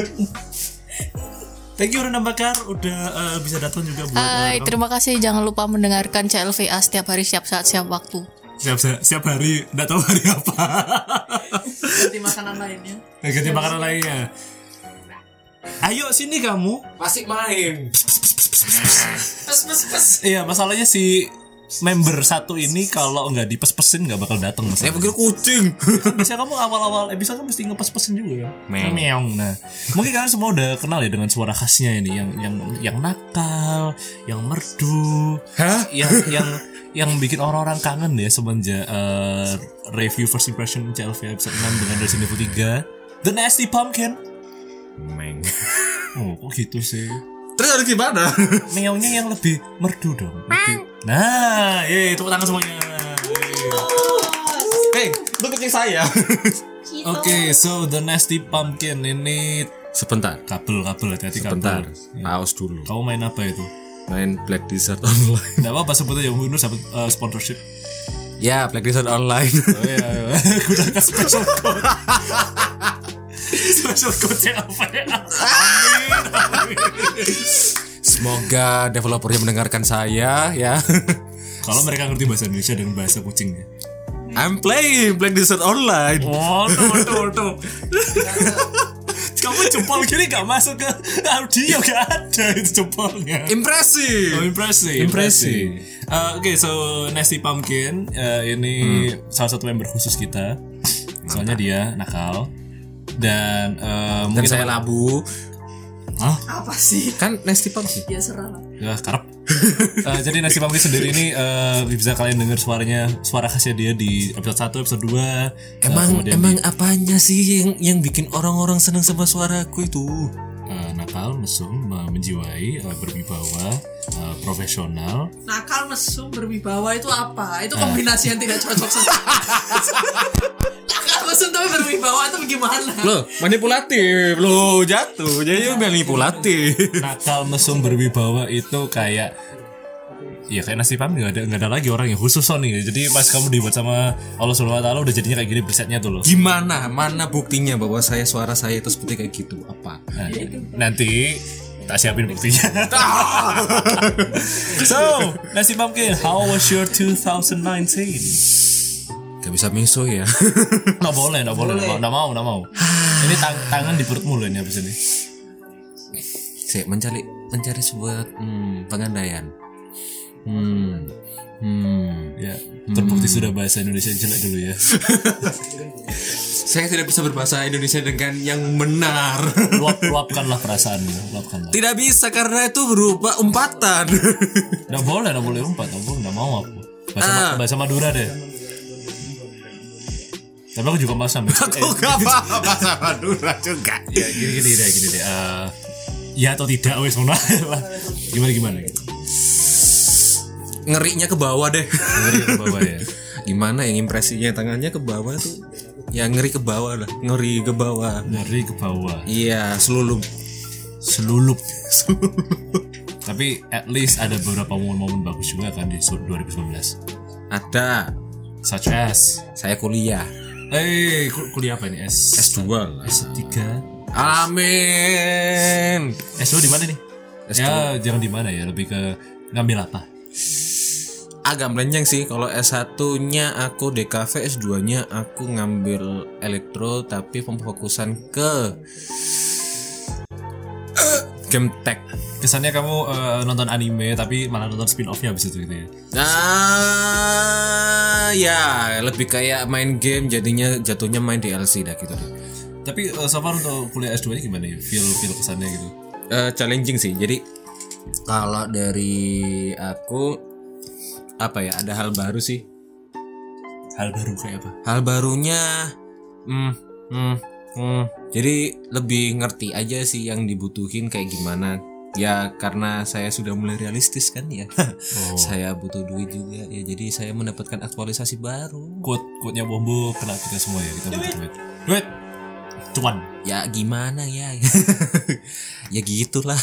Speaker 1: thank you Rena Bakar udah eh, bisa datang juga buat eh,
Speaker 7: Hai, terima kasih jangan lupa mendengarkan CLVA setiap hari setiap saat setiap waktu
Speaker 1: siap, siap siap hari nggak tahu hari apa
Speaker 4: Ganti makanan lainnya.
Speaker 1: ganti makanan lainnya ayo sini kamu
Speaker 3: Masih main. Pes pes pes.
Speaker 1: iya masalahnya si member satu ini kalau nggak dipes-pesin nggak bakal datang
Speaker 2: Saya
Speaker 1: masalahnya.
Speaker 2: pikir kucing.
Speaker 1: Biasanya kamu awal-awal episode kan mesti ngepes-pesen juga kan? Meong. Nah, mungkin kalian semua udah kenal ya dengan suara khasnya ini yang yang yang nakal, yang merdu, yang yang yang bikin orang-orang kangen ya semenjak eh, review first impression CLV episode 6 dengan Resident Evil 3 The Nasty Pumpkin
Speaker 6: Meng.
Speaker 1: Oh kok gitu sih
Speaker 6: Terus harus gimana?
Speaker 1: Meongnya yang lebih merdu dong lebih. Nah, yeay tepuk tangan semuanya Yeay.
Speaker 6: Hei, Eh, lu kucing saya.
Speaker 1: Oke, so The Nasty Pumpkin ini
Speaker 6: Sebentar.
Speaker 1: kabel kabel hati-hati
Speaker 6: Sebentar.
Speaker 1: kabel
Speaker 6: Pause dulu.
Speaker 1: kamu main apa itu
Speaker 6: Main Black Desert Online.
Speaker 1: nggak apa-apa sebetulnya Windows dapat eh, sponsorship
Speaker 6: ya, Black Desert Online.
Speaker 1: oh iya, iya. gunakan special code special code nya apa ya amin amin
Speaker 6: Semoga developernya mendengarkan saya ya.
Speaker 1: kalau mereka ngerti bahasa Indonesia dan bahasa ya. kucingnya
Speaker 6: I'm playing Black Desert Online.
Speaker 1: oh tuh tuh tuh Kamu jempol gini gak masuk ke audio gak ada itu jempolnya.
Speaker 2: Impresif.
Speaker 1: Oh, impresi,
Speaker 2: Impresi.
Speaker 1: impresi. Uh, Oke, so Nasty Pumpkin uh, ini
Speaker 2: Hmm.
Speaker 1: salah satu member khusus kita. Soalnya dia nakal dan uh,
Speaker 2: Dan
Speaker 1: mungkin
Speaker 2: saya labu.
Speaker 1: Hah?
Speaker 8: Apa sih?
Speaker 2: Kan nasty pumpkin.
Speaker 8: Ya serah lah.
Speaker 1: Ya, karep. Eh, jadi Nasi Pumpkin sendiri ini eh, bisa kalian dengar suaranya, suara khasnya dia di episode 1, episode 2. eh,
Speaker 2: Emang
Speaker 1: kemudian
Speaker 2: emang
Speaker 1: di,
Speaker 2: apanya sih yang yang bikin orang-orang seneng sama suaraku itu?
Speaker 1: eh, nakal, mesum, eh, menjiwai, eh, berwibawa, eh, profesional.
Speaker 8: Nakal, mesum, berwibawa itu apa? Itu kombinasi yang tidak cocok sama. Nakal, mesum tapi berwibawa itu gimana?
Speaker 2: Loh, manipulatif. Loh, jatuh. Jadi manipulatif.
Speaker 1: Nakal, mesum, berwibawa itu kayak Ya kayak nasi pam nggak ada nggak ada lagi orang yang khusus nih. Jadi pas kamu dibuat sama Allah Subhanahu Wa Taala udah jadinya kayak gini besetnya tuh loh.
Speaker 2: Gimana? Mana buktinya bahwa saya suara saya itu seperti kayak gitu? Apa?
Speaker 1: Nah, nanti tak siapin buktinya. so, Nasi Pumpkin, how was your 2019?
Speaker 2: Gak bisa miso ya.
Speaker 1: Nggak boleh, nggak boleh, nggak nggak mau, nggak mau. Ini tang- tangan di perutmu loh ini habis ini.
Speaker 2: saya mencari mencari sebuah hmm, pengandaian. Hmm. Hmm.
Speaker 1: Ya, terbukti sudah bahasa Indonesia jelek dulu ya.
Speaker 2: Saya tidak bisa berbahasa Indonesia dengan yang benar.
Speaker 1: Luap, luapkanlah perasaanmu, luapkanlah.
Speaker 2: tidak bisa karena itu berupa umpatan.
Speaker 1: Nggak boleh, nggak boleh umpat, nggak boleh, nggak mau aku. Bahasa, Ma-
Speaker 2: Ah.
Speaker 1: bahasa Madura deh. Tapi aku juga bahasa Madura.
Speaker 2: Aku gak paham Eh, bahasa Madura juga.
Speaker 1: ya, gini gini deh, gini deh. Eh, ya atau tidak wes ngono ae lah. Gimana gimana?
Speaker 2: Ngerinya ke bawah deh.
Speaker 1: Ngeri ke bawah ya.
Speaker 2: Gimana yang impresinya tangannya ke bawah tuh? Ya ngeri ke bawah lah, ngeri ke bawah.
Speaker 1: Ngeri ke bawah.
Speaker 2: Iya, selulup.
Speaker 1: Selulup. Tapi at least ada beberapa momen-momen bagus juga kan di 2019.
Speaker 2: Ada.
Speaker 1: such as
Speaker 2: Saya kuliah
Speaker 1: eh kul- kuliah apa ini S
Speaker 2: S2 lah.
Speaker 1: S3
Speaker 2: Amin.
Speaker 1: S2 di mana nih
Speaker 2: S2.
Speaker 1: ya jangan di mana ya lebih ke ngambil apa
Speaker 2: Agak melenceng sih kalau S1-nya aku DKV, S2-nya aku ngambil elektro tapi pemfokusan ke Eh, game tech.
Speaker 1: kesannya kamu eh, nonton anime tapi malah nonton spin offnya abis itu gitu ya
Speaker 2: Ah, ya lebih kayak main game jadinya jatuhnya main DLC dah gitu.
Speaker 1: tapi eh, so far untuk kuliah S2 nya gimana ya feel feel kesannya gitu
Speaker 2: Eh, challenging sih. Jadi kalau dari aku apa ya ada hal baru sih.
Speaker 1: hal baru kayak apa
Speaker 2: Hal barunya, hmm, hmm, hmm. Jadi lebih ngerti aja sih yang dibutuhin kayak gimana. Ya karena saya sudah mulai realistis kan ya.
Speaker 1: Oh.
Speaker 2: saya butuh duit juga ya. Jadi saya mendapatkan aktualisasi baru.
Speaker 1: quote quote nya bombo kena kita semua ya kita butuh duit duit cuman
Speaker 2: Ya gimana ya? ya gitulah.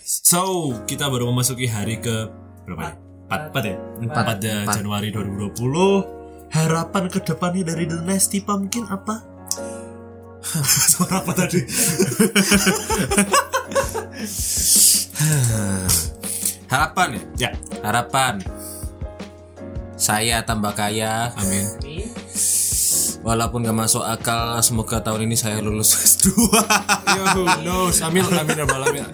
Speaker 1: so kita baru memasuki hari ke berapa ya? Empat, empat ya?
Speaker 2: Empat.
Speaker 1: Pada
Speaker 2: Empat.
Speaker 1: Januari 2020 Harapan kedepannya dari The Nasty Pumpkin apa? Suara apa tadi?
Speaker 2: Harapan ya?
Speaker 1: ya,
Speaker 2: Harapan saya tambah kaya, amin. Walaupun gak masuk akal, semoga tahun ini saya lulus S2.
Speaker 1: amin, amin, amin, amin. Eh,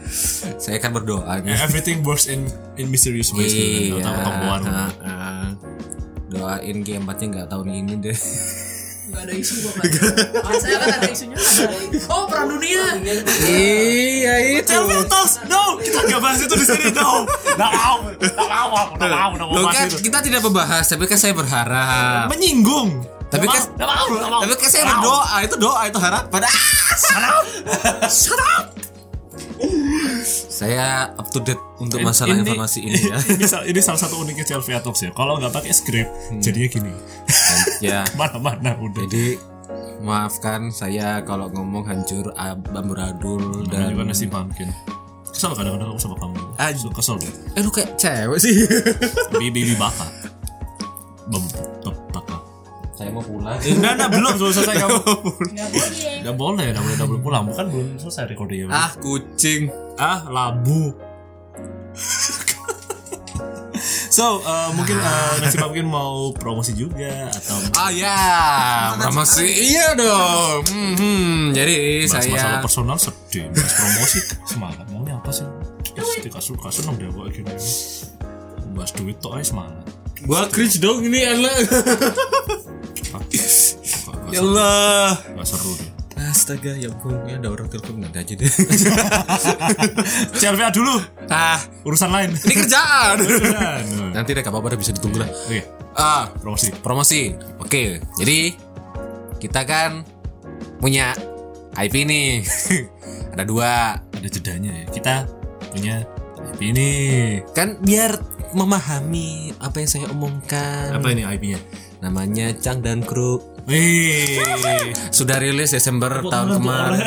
Speaker 2: saya akan berdoa. amin.
Speaker 1: Everything works in in mysterious ways. gitu.
Speaker 2: Iya,
Speaker 1: Tahu tomboan.
Speaker 2: ah, ah. Doain G4 nya gak tahun ini deh.
Speaker 8: Gak ada isu kok. Pak. Ah, Saya kan ada isunya. nggak ada isu. Oh perang dunia.
Speaker 2: iya itu.
Speaker 1: Tos, no, kita nggak bahas itu di sini, no. Nggak mau, nggak mau, aku nggak mau, nggak mau
Speaker 2: Loh
Speaker 1: bahas
Speaker 2: kan
Speaker 1: itu.
Speaker 2: kita tidak membahas, tapi kan saya berharap.
Speaker 1: Menyinggung.
Speaker 2: Tapi
Speaker 1: Nggak mau, nggak
Speaker 2: kan-
Speaker 1: mau, nggak mau.
Speaker 2: Tapi kan saya
Speaker 1: Nggak mau.
Speaker 2: berdoa, itu doa, itu harapan. Ah, shut up. Shut up. Saya up to date untuk masalah
Speaker 1: Ini-
Speaker 2: informasi ini ya.
Speaker 1: ini, sal- ini salah satu uniknya CLV Talks ya. Kalau nggak pakai script, jadinya gini.
Speaker 2: ya.
Speaker 1: Mana-mana udah.
Speaker 2: Hmm. Jadi maafkan saya kalau ngomong hancur ab- amburadul
Speaker 1: Dan juga
Speaker 2: dan
Speaker 1: nasi pumpkin. Kesel kadang-kadang aku sama kamu.
Speaker 2: Ah.
Speaker 1: Kesel, kesel deh.
Speaker 2: eh lu kayak cewek sih.
Speaker 1: Bibi bibi baka. Bam- bam- baka.
Speaker 2: saya mau pulang.
Speaker 1: Enggak, enggak, belum
Speaker 2: Nah,
Speaker 1: belum selesai kamu. Enggak boleh. Enggak boleh, enggak boleh pulang. Bukan belum selesai recordingnya.
Speaker 2: ah kucing.
Speaker 1: ah labu. So uh, mungkin uh, nasi mungkin mau promosi juga atau
Speaker 2: Ah ya, promosi iya dong. Hmm, hmm, jadi
Speaker 1: bahas masalah
Speaker 2: saya
Speaker 1: personal sedih, bahas promosi semangat. Maunya apa sih? Ya, Pasti kasur kasur deh gua gini. Bahas duit toh aja semangat.
Speaker 2: gua cringe dong ini Allah.
Speaker 1: Pak,
Speaker 2: ya Allah.
Speaker 1: Gak seru deh.
Speaker 2: Astaga, ya ampun, ya ada orang telepon nanti aja deh.
Speaker 1: CLVA dulu,
Speaker 2: ah,
Speaker 1: urusan lain.
Speaker 2: ini kerjaan.
Speaker 1: Urusan.
Speaker 2: nanti deh, gak apa-apa, udah bisa ditunggu lah.
Speaker 1: Oke,
Speaker 2: Ah,
Speaker 1: promosi.
Speaker 2: promosi. Oke, jadi kita kan punya IP nih. ada dua.
Speaker 1: Ada jedanya ya. Kita punya IP ini.
Speaker 2: Kan biar memahami apa yang saya omongkan.
Speaker 1: Apa ini IP-nya?
Speaker 2: Namanya Cang dan Kru.
Speaker 1: Wih,
Speaker 2: Sudah rilis Desember tahun kemarin.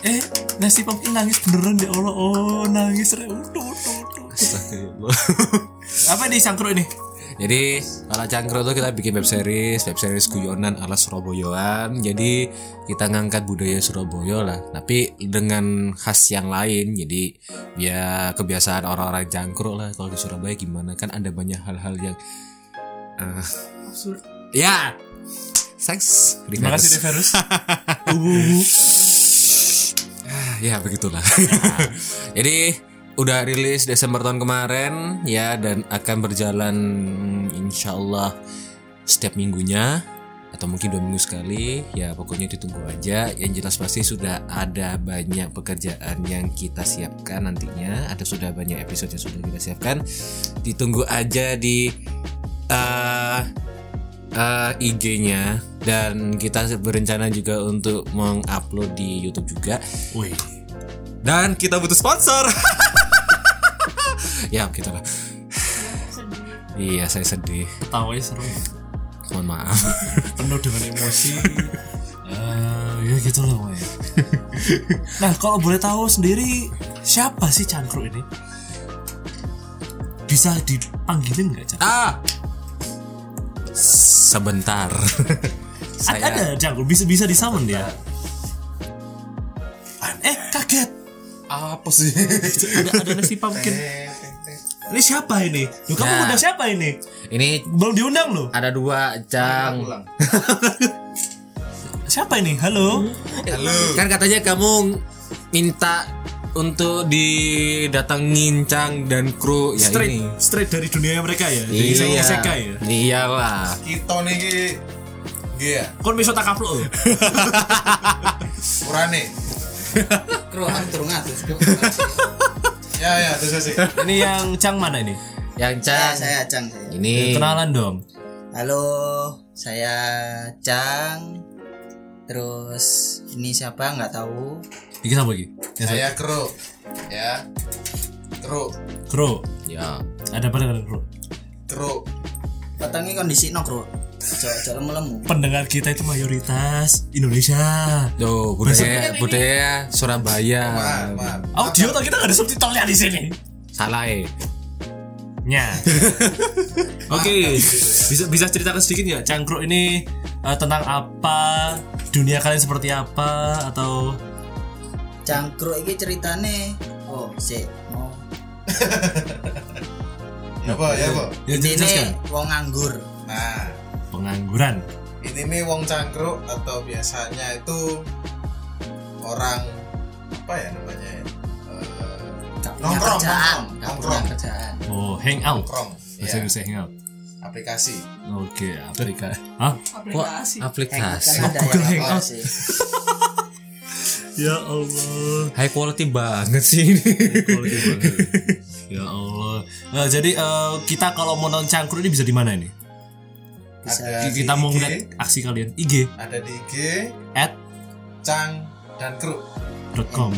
Speaker 1: eh nasi pumpkin nangis beneran ya Allah oh nangis re udah udah udah apa di sangkruk ini
Speaker 2: Jadi kalau cangkruk tuh kita bikin web series, web series guyonan ala Suraboyoan. Jadi kita ngangkat budaya Surabaya lah, tapi dengan khas yang lain. Jadi ya kebiasaan orang-orang cangkruk lah kalau di Surabaya gimana kan ada banyak hal-hal yang eh, ya seks.
Speaker 1: terima kasih Deverus
Speaker 2: Ah, ya begitulah. Jadi udah rilis Desember tahun kemarin ya dan akan berjalan insya Allah setiap minggunya atau mungkin dua minggu sekali ya pokoknya ditunggu aja yang jelas pasti sudah ada banyak pekerjaan yang kita siapkan nantinya ada sudah banyak episode yang sudah kita siapkan ditunggu aja di eh eh, IG-nya dan kita berencana juga untuk mengupload di YouTube juga.
Speaker 1: wih
Speaker 2: Dan kita butuh sponsor. ya, kita lah. Iya, saya sedih.
Speaker 1: ketawanya seru ya.
Speaker 2: Mohon maaf.
Speaker 1: penuh dengan emosi Eh, ya gitu lah pokoknya nah kalau boleh tahu sendiri siapa sih cangkruk ini bisa dipanggilin nggak cangkruk
Speaker 2: ah. Sebentar.
Speaker 1: Ada- ada
Speaker 2: saya
Speaker 1: cangkruk bisa bisa disamen ya eh kaget
Speaker 2: apa sih?
Speaker 1: ada, ada nasi pumpkin ini siapa ini Loh, kamu
Speaker 2: Nah.
Speaker 1: udah siapa ini
Speaker 2: Ini
Speaker 1: belum diundang loh
Speaker 2: ada dua, Cang.
Speaker 1: siapa ini halo
Speaker 2: Kan katanya kamu minta untuk didatengin Cang dan kru ya
Speaker 1: straight
Speaker 2: ini.
Speaker 1: straight dari dunia mereka ya dari
Speaker 2: Iya.
Speaker 1: isekai ya
Speaker 2: Iya lah.
Speaker 9: kita nih iya
Speaker 1: kon bisa tak upload loh.
Speaker 9: urane
Speaker 10: Keruan turun atas.
Speaker 9: ya ya terus sih
Speaker 1: ini yang cang mana ini Eh,
Speaker 2: Yang
Speaker 11: saya
Speaker 2: Cang.
Speaker 11: saya Cang saya.
Speaker 2: Ini
Speaker 1: kenalan dong
Speaker 11: Halo, saya Cang. Terus ini siapa nggak tahu.
Speaker 1: Iki sama iki.
Speaker 9: saya kru ya kru
Speaker 1: Kro,
Speaker 2: ya.
Speaker 1: ada apa dengan Kro?
Speaker 9: kru
Speaker 11: Petengi kondisi no, Bro. Cocok lemu-lemu.
Speaker 1: Pendengar kita itu mayoritas Indonesia.
Speaker 2: Tuh, budaya budaya Surabaya.
Speaker 9: maaf maaf
Speaker 1: Audio tau kita gak ada subtitlenya di sini.
Speaker 2: Salah eh.
Speaker 6: ya.
Speaker 1: Nya. Oke, bisa bisa ceritakan sedikit nggak Cangkruk ini eh, tentang apa? Dunia kalian seperti apa atau
Speaker 11: Cangkruk iki ceritane. Oh, sik. Mau.
Speaker 9: ya apa ya apa
Speaker 11: Intine wong nganggur.
Speaker 9: nah
Speaker 1: kan? pengangguran?
Speaker 9: ini nih wong cangkruk atau biasanya itu orang apa ya namanya ya? Eh,
Speaker 11: Nggak punya
Speaker 9: Nongkrong,
Speaker 11: kerjaan,
Speaker 9: nongkrong,
Speaker 11: nggak punya
Speaker 9: nongkrong.
Speaker 11: kerjaan.
Speaker 1: Oh, hangout.
Speaker 9: nongkrong
Speaker 1: Bahasa
Speaker 9: ya,
Speaker 1: Indonesia hangout.
Speaker 9: aplikasi
Speaker 1: Oke, Afrika. Hah?
Speaker 12: aplikasi
Speaker 2: Aplikasi.
Speaker 6: gitu.
Speaker 11: Kan ada yang apa sih?
Speaker 1: Ya Allah.
Speaker 2: High quality banget sih ini.
Speaker 1: Quality banget. ya Allah. Nah, jadi eh, kita kalau mau nonton cangkruk ini bisa di mana ini?
Speaker 9: ada Ya, di
Speaker 1: kita mau
Speaker 9: IG,
Speaker 1: ngeliat aksi kalian IG
Speaker 9: ada di IG
Speaker 1: at
Speaker 9: Cang dan kru
Speaker 1: com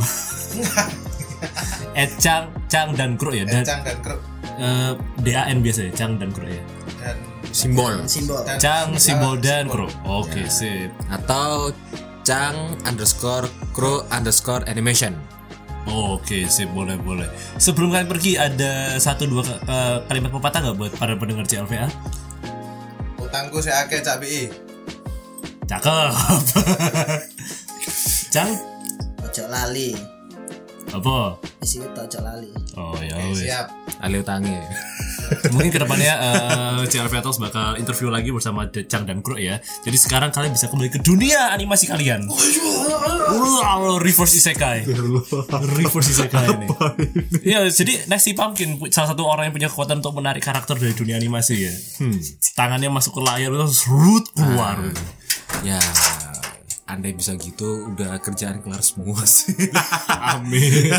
Speaker 1: at cang cang dan kru ya dan
Speaker 9: Eh, Cang dan kru
Speaker 1: eh, dan biasa ya cang dan kru ya
Speaker 9: dan
Speaker 2: Simbol
Speaker 11: Simbol.
Speaker 9: dan
Speaker 1: cang simbol dan kru oke
Speaker 9: Ya.
Speaker 1: sip
Speaker 2: atau Cang underscore kru underscore animation.
Speaker 1: oke sip boleh boleh sebelum kalian pergi ada satu dua ka- eh, kalimat pepatah nggak buat para pendengar CLVA
Speaker 9: utangku saya akeh cak BI
Speaker 1: cakep cang
Speaker 11: Ojo lali.
Speaker 1: Apa?
Speaker 11: Wis itu tok, cok lali.
Speaker 1: Oh ya
Speaker 9: Oke,
Speaker 1: wes.
Speaker 9: siap
Speaker 6: Alio tangi.
Speaker 1: Mungkin kedepannya eh, CLV Talks bakal interview lagi bersama Decang dan Kro ya. Jadi sekarang kalian bisa kembali ke dunia animasi kalian. Wow, reverse isekai. Reverse isekai ini. Iya, jadi Nasty Pumpkin pu- salah satu orang yang punya kekuatan untuk menarik karakter dari dunia animasi ya. Tangannya masuk ke layar terus serut keluar.
Speaker 6: Ya, andai bisa gitu udah kerjaan kelar semua sih.
Speaker 1: Amin.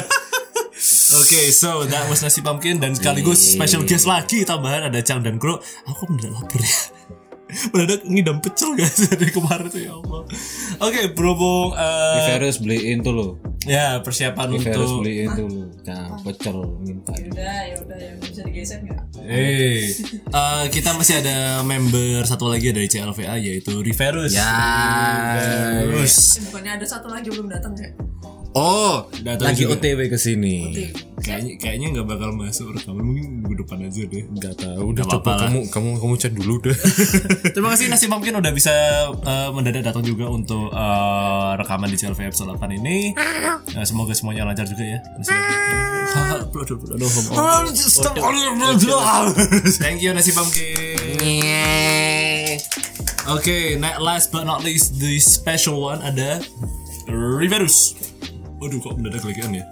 Speaker 1: Oke, so that was nasi pumpkin dan sekaligus
Speaker 6: Iya.
Speaker 1: special guest lagi tambahan ada Chang dan Kro. Aku mendadak lapar ya. Mendadak ngidam pecel guys dari kemarin tuh ya Allah. Oke, berhubung eh,
Speaker 6: Virus beliin tuh lo.
Speaker 1: ya persiapan
Speaker 6: Virus
Speaker 1: untuk
Speaker 6: beliin tuh lo. Nah, pecel minta.
Speaker 4: Yaudah, yaudah, ya bisa digeser nggak?
Speaker 1: eh eh, kita masih ada member satu lagi dari CLVA yaitu Riverus.
Speaker 6: Ya.
Speaker 1: Riverus.
Speaker 4: Eh, Bukannya ada satu lagi belum datang ya?
Speaker 6: Oh,
Speaker 1: Datang
Speaker 6: lagi
Speaker 1: juga.
Speaker 6: OTW ke sini.
Speaker 4: Tim.
Speaker 1: Kayaknya kayaknya nggak bakal masuk rekaman mungkin minggu depan aja deh.
Speaker 6: Enggak tahu udah
Speaker 1: Nggak
Speaker 6: coba
Speaker 1: apa-apa lah.
Speaker 6: kamu kamu kamu cek dulu deh.
Speaker 1: Terima kasih Nasi Pumpkin udah bisa eh, mendadak datang juga untuk eh, rekaman di CLV episode 8 ini. Eh, semoga semuanya lancar juga ya. Nasi Pumpkin. Aduh, aduh, aduh, aduh, aduh. Thank you Nasi Pumpkin. Oke, next last but not least the special one ada Riverus. Waduh kok mendadak legaan ya.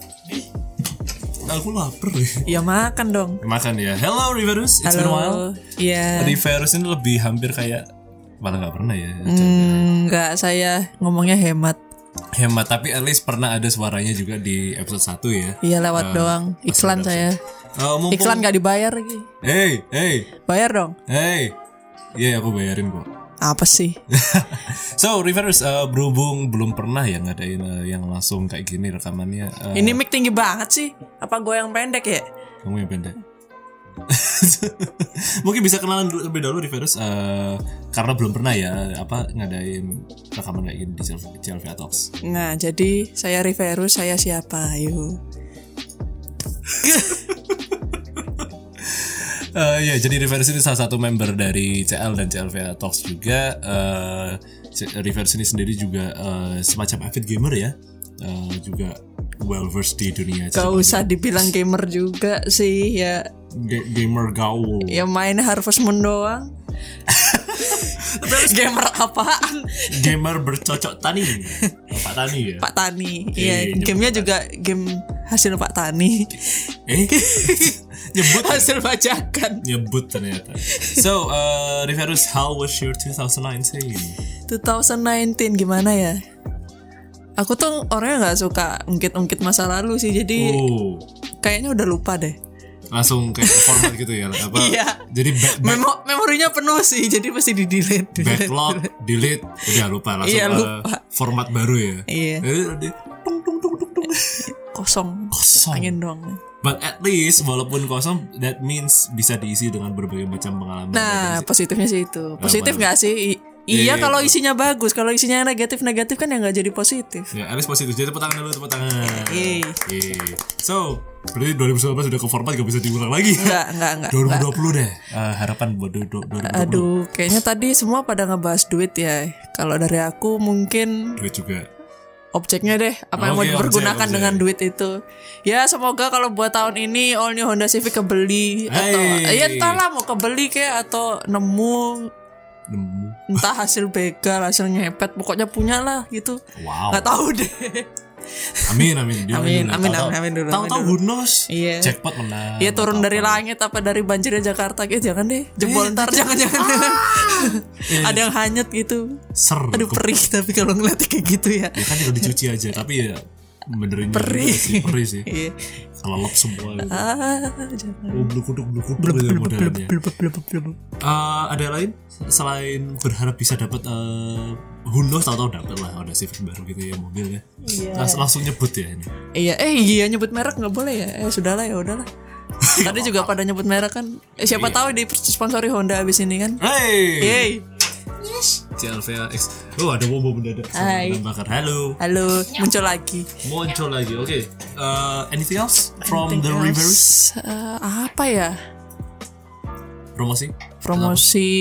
Speaker 1: Aku lapar ya.
Speaker 8: Ya makan dong.
Speaker 1: Makan ya. Hello Riverus, it's been a while.
Speaker 8: Halo. Iya.
Speaker 1: Riverus ini lebih hampir kayak malah nggak pernah ya.
Speaker 8: Enggak, saya ngomongnya hemat.
Speaker 1: hemat tapi at least pernah ada suaranya juga di episode 1 ya
Speaker 8: Iya
Speaker 1: Eh,
Speaker 8: lewat doang. Iklan saya.
Speaker 1: Eh, mumpung-
Speaker 8: Iklan gak dibayar lagi.
Speaker 1: hey hey
Speaker 8: Bayar dong.
Speaker 1: hey iya aku bayarin kok
Speaker 8: Apa sih?
Speaker 1: so reverse eh, berhubung belum pernah ya ngadain eh, yang langsung kayak gini rekamannya eh,
Speaker 8: Ini mic tinggi banget sih. Apa gue yang pendek ya?
Speaker 1: kamu yang pendek mungkin bisa kenalan dulu terlebih dahulu reverse eh, karena belum pernah ya apa ngadain rekaman kayak gini di CLV CLV Talks
Speaker 8: Nah, jadi saya Riverus, saya siapa? Ayo.
Speaker 1: Eh, ya, jadi Reverse ini salah satu member dari CL dan CLV Talks juga. Eh, C- Reverse ini sendiri juga eh, semacam avid gamer ya. Eh, juga well versed di dunia
Speaker 8: Gak
Speaker 1: sepak
Speaker 8: usah dibilang gamer juga sih ya.
Speaker 1: ga- gamer gaul.
Speaker 8: Ya main Harvest Moon doang. gamer apaan?
Speaker 1: Gamer bercocok tani. Pak Tani ya.
Speaker 8: Pak Tani.
Speaker 1: Iya,
Speaker 8: Iya,
Speaker 1: iya,
Speaker 8: gamenya juga game hasil Pak Tani.
Speaker 1: Eh. nyebut kan?
Speaker 8: hasil bajakan.
Speaker 1: nyebut ternyata. So, eh Reverse, how was your 2019?
Speaker 8: 2019 gimana ya? Aku tuh orangnya nggak suka ungkit-ungkit masa lalu sih, jadi
Speaker 1: Oh,
Speaker 8: kayaknya udah lupa deh.
Speaker 1: langsung kayak format gitu ya. Apa?
Speaker 8: Iya.
Speaker 1: Jadi back, back,
Speaker 8: Memo- memorinya penuh sih, jadi masih di delete.
Speaker 1: backlog, delete, udah lupa langsung
Speaker 8: Iya,
Speaker 1: ke
Speaker 8: lupa.
Speaker 1: format baru ya.
Speaker 8: Iya.
Speaker 1: Eh, di- tung, tung, tung, tung, tung.
Speaker 8: Kosong.
Speaker 1: Kosong.
Speaker 8: Angin doang.
Speaker 1: But at least walaupun kosong, that means bisa diisi dengan berbagai macam pengalaman.
Speaker 8: Nah, positifnya sih itu. Positif
Speaker 1: baru.
Speaker 8: nggak sih? I-
Speaker 1: Iya,
Speaker 8: iya kalau
Speaker 1: iya.
Speaker 8: isinya bagus, kalau isinya negatif-negatif kan ya nggak jadi positif.
Speaker 1: ya, at least positif. Jadi tepuk tangan dulu, tepuk tangan.
Speaker 8: Yeay.
Speaker 1: Yeay. So, berarti 2019 sudah ke format gak bisa diulang lagi.
Speaker 8: Nggak, nggak, nggak. nggak.
Speaker 1: 2020 deh. Eh, harapan buat du- du- 2020.
Speaker 8: Aduh, kayaknya tadi semua pada ngebahas duit ya. Kalau dari aku mungkin
Speaker 1: Duit juga.
Speaker 8: objeknya deh apa yang mau
Speaker 1: Oke, objek,
Speaker 8: dipergunakan
Speaker 1: objek.
Speaker 8: dengan duit itu ya semoga kalau buat tahun ini all new Honda Civic kebeli atau
Speaker 1: Hey.
Speaker 8: ya entahlah mau kebeli kayak atau nemu
Speaker 1: Nemu.
Speaker 8: entah hasil begal hasil ngepet pokoknya punya lah gitu
Speaker 1: Wow.
Speaker 8: nggak tahu deh
Speaker 1: Amin, amin. Dia
Speaker 8: Amin,
Speaker 1: dulu.
Speaker 8: amin,
Speaker 1: Tahu-tahu-
Speaker 8: amin, amin dulu,
Speaker 1: Tahu-tahu
Speaker 8: amin
Speaker 1: who knows?
Speaker 8: Iya.
Speaker 1: Jackpot menang.
Speaker 8: ya turun
Speaker 1: Atau
Speaker 8: dari
Speaker 1: apa.
Speaker 8: langit apa dari banjirnya Jakarta gitu jangan deh jebol
Speaker 1: Eh,
Speaker 8: ntar jangan jangan
Speaker 1: Ah.
Speaker 8: jangan. ada yang hanyut gitu
Speaker 1: Ser.
Speaker 8: aduh
Speaker 1: Ke-
Speaker 8: perih tapi kalau ngeliatnya kayak gitu ya
Speaker 1: ya kan juga dicuci aja tapi ya benerin
Speaker 8: Perih.
Speaker 1: sih perih sih
Speaker 8: Iya.
Speaker 1: kelelep semua gitu
Speaker 8: ah jangan
Speaker 1: Oh, blukuduk blukuduk gitu modelnya Eh, ada yang lain selain berharap bisa dapat eh who knows atau dapat lah ada Civic baru gitu ya mobilnya Langs- langsung nyebut ya ini
Speaker 8: Iya, eh iya nyebut merek nggak boleh ya. Eh sudahlah ya udahlah. Tadi juga pada nyebut merek kan. Eh siapa
Speaker 1: Iya.
Speaker 8: tahu disponsori Honda abis ini kan.
Speaker 1: Hey,
Speaker 8: Yeay.
Speaker 1: CLVX. Oh ada bobo mendadak. Sama
Speaker 8: Hai.
Speaker 1: menambahkan. Halo,
Speaker 8: Halo, muncul lagi.
Speaker 1: muncul lagi. Oke. Eh, anything else from the
Speaker 8: Terus,
Speaker 1: reverse?
Speaker 8: eh, apa ya?
Speaker 1: Promosi,
Speaker 8: Promosi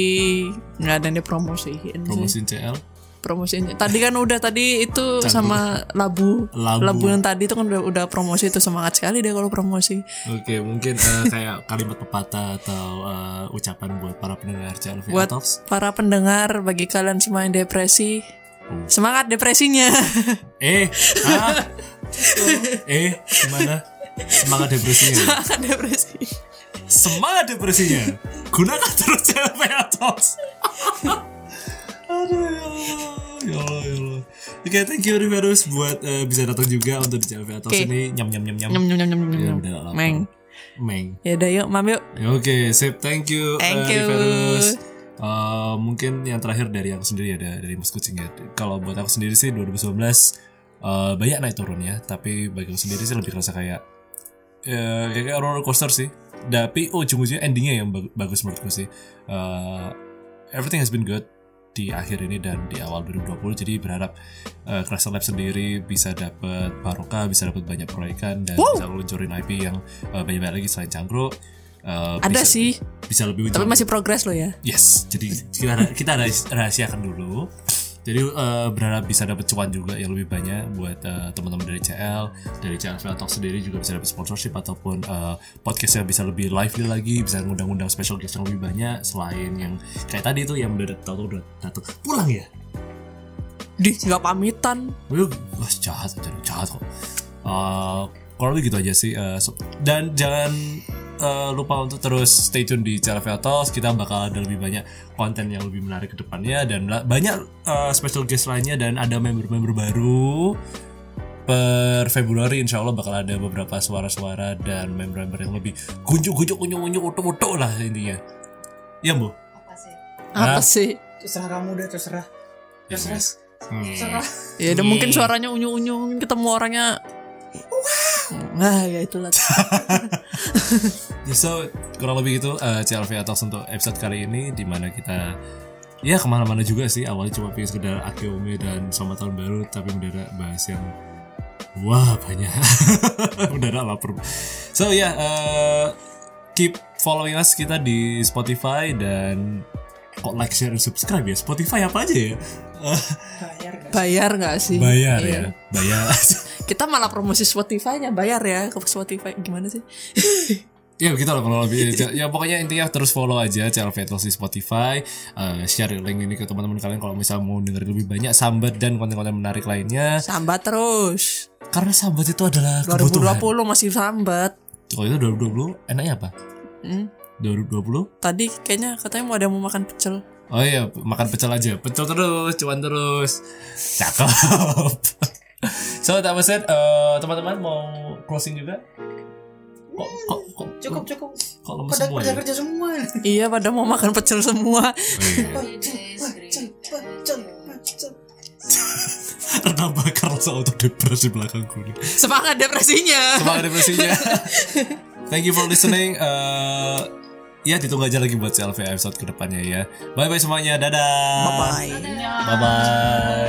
Speaker 8: nggak ada yang dipromosiin sih.
Speaker 1: promosiin CL.
Speaker 8: promosinya. Tadi kan udah tadi itu sama labu.
Speaker 1: Labu.
Speaker 8: yang tadi itu kan udah, udah promosi itu semangat sekali dia kalau promosi.
Speaker 1: Oke, mungkin eh, kayak kalimat pepatah atau eh, ucapan buat para pendengar channel
Speaker 8: Buat
Speaker 1: Talks.
Speaker 8: para pendengar bagi kalian semua yang depresi,
Speaker 1: Hmm.
Speaker 8: semangat depresinya.
Speaker 1: Eh, ah, eh, gimana? Semangat depresinya.
Speaker 8: semangat depresi.
Speaker 1: Semangat depresinya. Gunakan terus channel Talks. Aduh, ya Allah, ya Allah, ya Allah. Oke, thank you Riverus buat eh, bisa datang juga untuk di channel Talks
Speaker 8: Oke.
Speaker 1: ini nyam nyam nyam nyam.
Speaker 8: Nyam nyam nyam nyam nyam.
Speaker 1: Ya,
Speaker 8: nyam.
Speaker 1: udah lapar.
Speaker 8: Meng.
Speaker 1: Meng.
Speaker 8: Ya udah yuk, mam yuk.
Speaker 1: Ya, Oke, sip. Thank you,
Speaker 8: Thank
Speaker 1: eh,
Speaker 8: you.
Speaker 1: Riverus. Eh, mungkin yang terakhir dari aku sendiri ya da- dari Mas Kucing ya. Kalau buat aku sendiri sih 2019 eh, banyak naik turun ya, tapi bagi aku sendiri sih lebih kerasa kayak eh, kayak kayak roller coaster sih. Tapi oh, ujung-ujungnya endingnya yang bag- bagus menurutku sih. Eh, everything has been good di akhir ini dan di awal 2020 jadi berharap eh, Cluster Lab sendiri bisa dapat barokah, bisa dapat banyak proyekan dan bisa meluncurin IP yang eh, banyak-banyak lagi selain Cangkruk. Eh,
Speaker 8: Ada
Speaker 1: bisa-
Speaker 8: sih,
Speaker 1: bisa lebih
Speaker 8: tapi
Speaker 1: menjauh.
Speaker 8: masih progres loh ya.
Speaker 1: Yes, jadi kita kita rahas- rahasiakan dulu. Jadi eh, berharap bisa dapat cuan juga yang lebih banyak buat eh, teman-teman dari CL, dari CL Film Talk sendiri juga bisa dapat sponsorship ataupun eh, podcastnya bisa lebih lively lagi, bisa ngundang-undang special guest yang lebih banyak selain yang kayak tadi itu yang udah tahu udah datang pulang ya.
Speaker 8: Dih, nggak pamitan.
Speaker 1: Wih, wah, jahat, jahat, jahat kok. Eh, kurang lebih gitu aja sih. eh, so- dan jangan eh, lupa untuk terus stay tune di Cervel Talks. Kita bakal ada lebih banyak konten yang lebih menarik ke depannya dan la- banyak eh, special guest lainnya dan ada member-member baru. Per Februari insya Allah bakal ada beberapa suara-suara dan member-member yang lebih kunjuk-kunjuk kunjuk-kunjuk utuk-utuk lah intinya. Iya, Bu. Hah?
Speaker 8: Apa sih?
Speaker 9: Terserah kamu deh, terserah. Terserah.
Speaker 1: Iya, Hmm.
Speaker 8: Ya udah mungkin suaranya unyu-unyu, mungkin ketemu orangnya. Nah, ya itulah.
Speaker 1: Ya, So kurang lebih gitu eh, CLV Talks untuk episode kali ini Dimana kita ya kemana-mana juga sih Awalnya cuma pengen sekedar Akiomi dan Selamat Tahun Baru Tapi mendadak bahas yang Wah banyak Mendadak lapar So ya eh, Keep following us kita di Spotify Dan kok like, share, dan subscribe ya Spotify apa aja ya
Speaker 8: Bayar nggak sih?
Speaker 1: Bayar ya
Speaker 8: Iya.
Speaker 1: Bayar
Speaker 8: Kita malah promosi Spotify-nya bayar ya ke Spotify gimana sih?
Speaker 1: Ya begitu lah kurang lebih Ya pokoknya intinya terus follow aja channel Vetos di Spotify Eh, Share link ini ke teman-teman kalian Kalau misalnya mau dengerin lebih banyak Sambat dan konten-konten menarik lainnya
Speaker 8: Sambat terus.
Speaker 1: Karena sambat itu adalah kebutuhan
Speaker 8: 2020 masih sambat.
Speaker 1: Kalau itu 2020 enaknya apa?
Speaker 8: Hmm.
Speaker 1: 2020?
Speaker 8: Tadi kayaknya katanya mau ada yang mau makan pecel.
Speaker 1: Oh iya makan pecel aja Pecel terus Cuan terus Cakep So that was it Eh, Teman-teman mau closing juga? Kok, kok, kok,
Speaker 9: Cukup, cukup.
Speaker 1: kok lemes
Speaker 9: Pada
Speaker 1: semua ya?
Speaker 9: kerja-kerja semua.
Speaker 8: iya, pada mau makan pecel semua.
Speaker 1: Oh, iya. Renang bakar langsung auto depres di belakang gue
Speaker 8: Semangat depresinya.
Speaker 1: Semangat depresinya. Thank you for listening. Eh, ya ditunggu aja lagi buat CLV episode kedepannya ya. Bye bye semuanya. Dadah.
Speaker 8: Bye.
Speaker 1: Bye bye.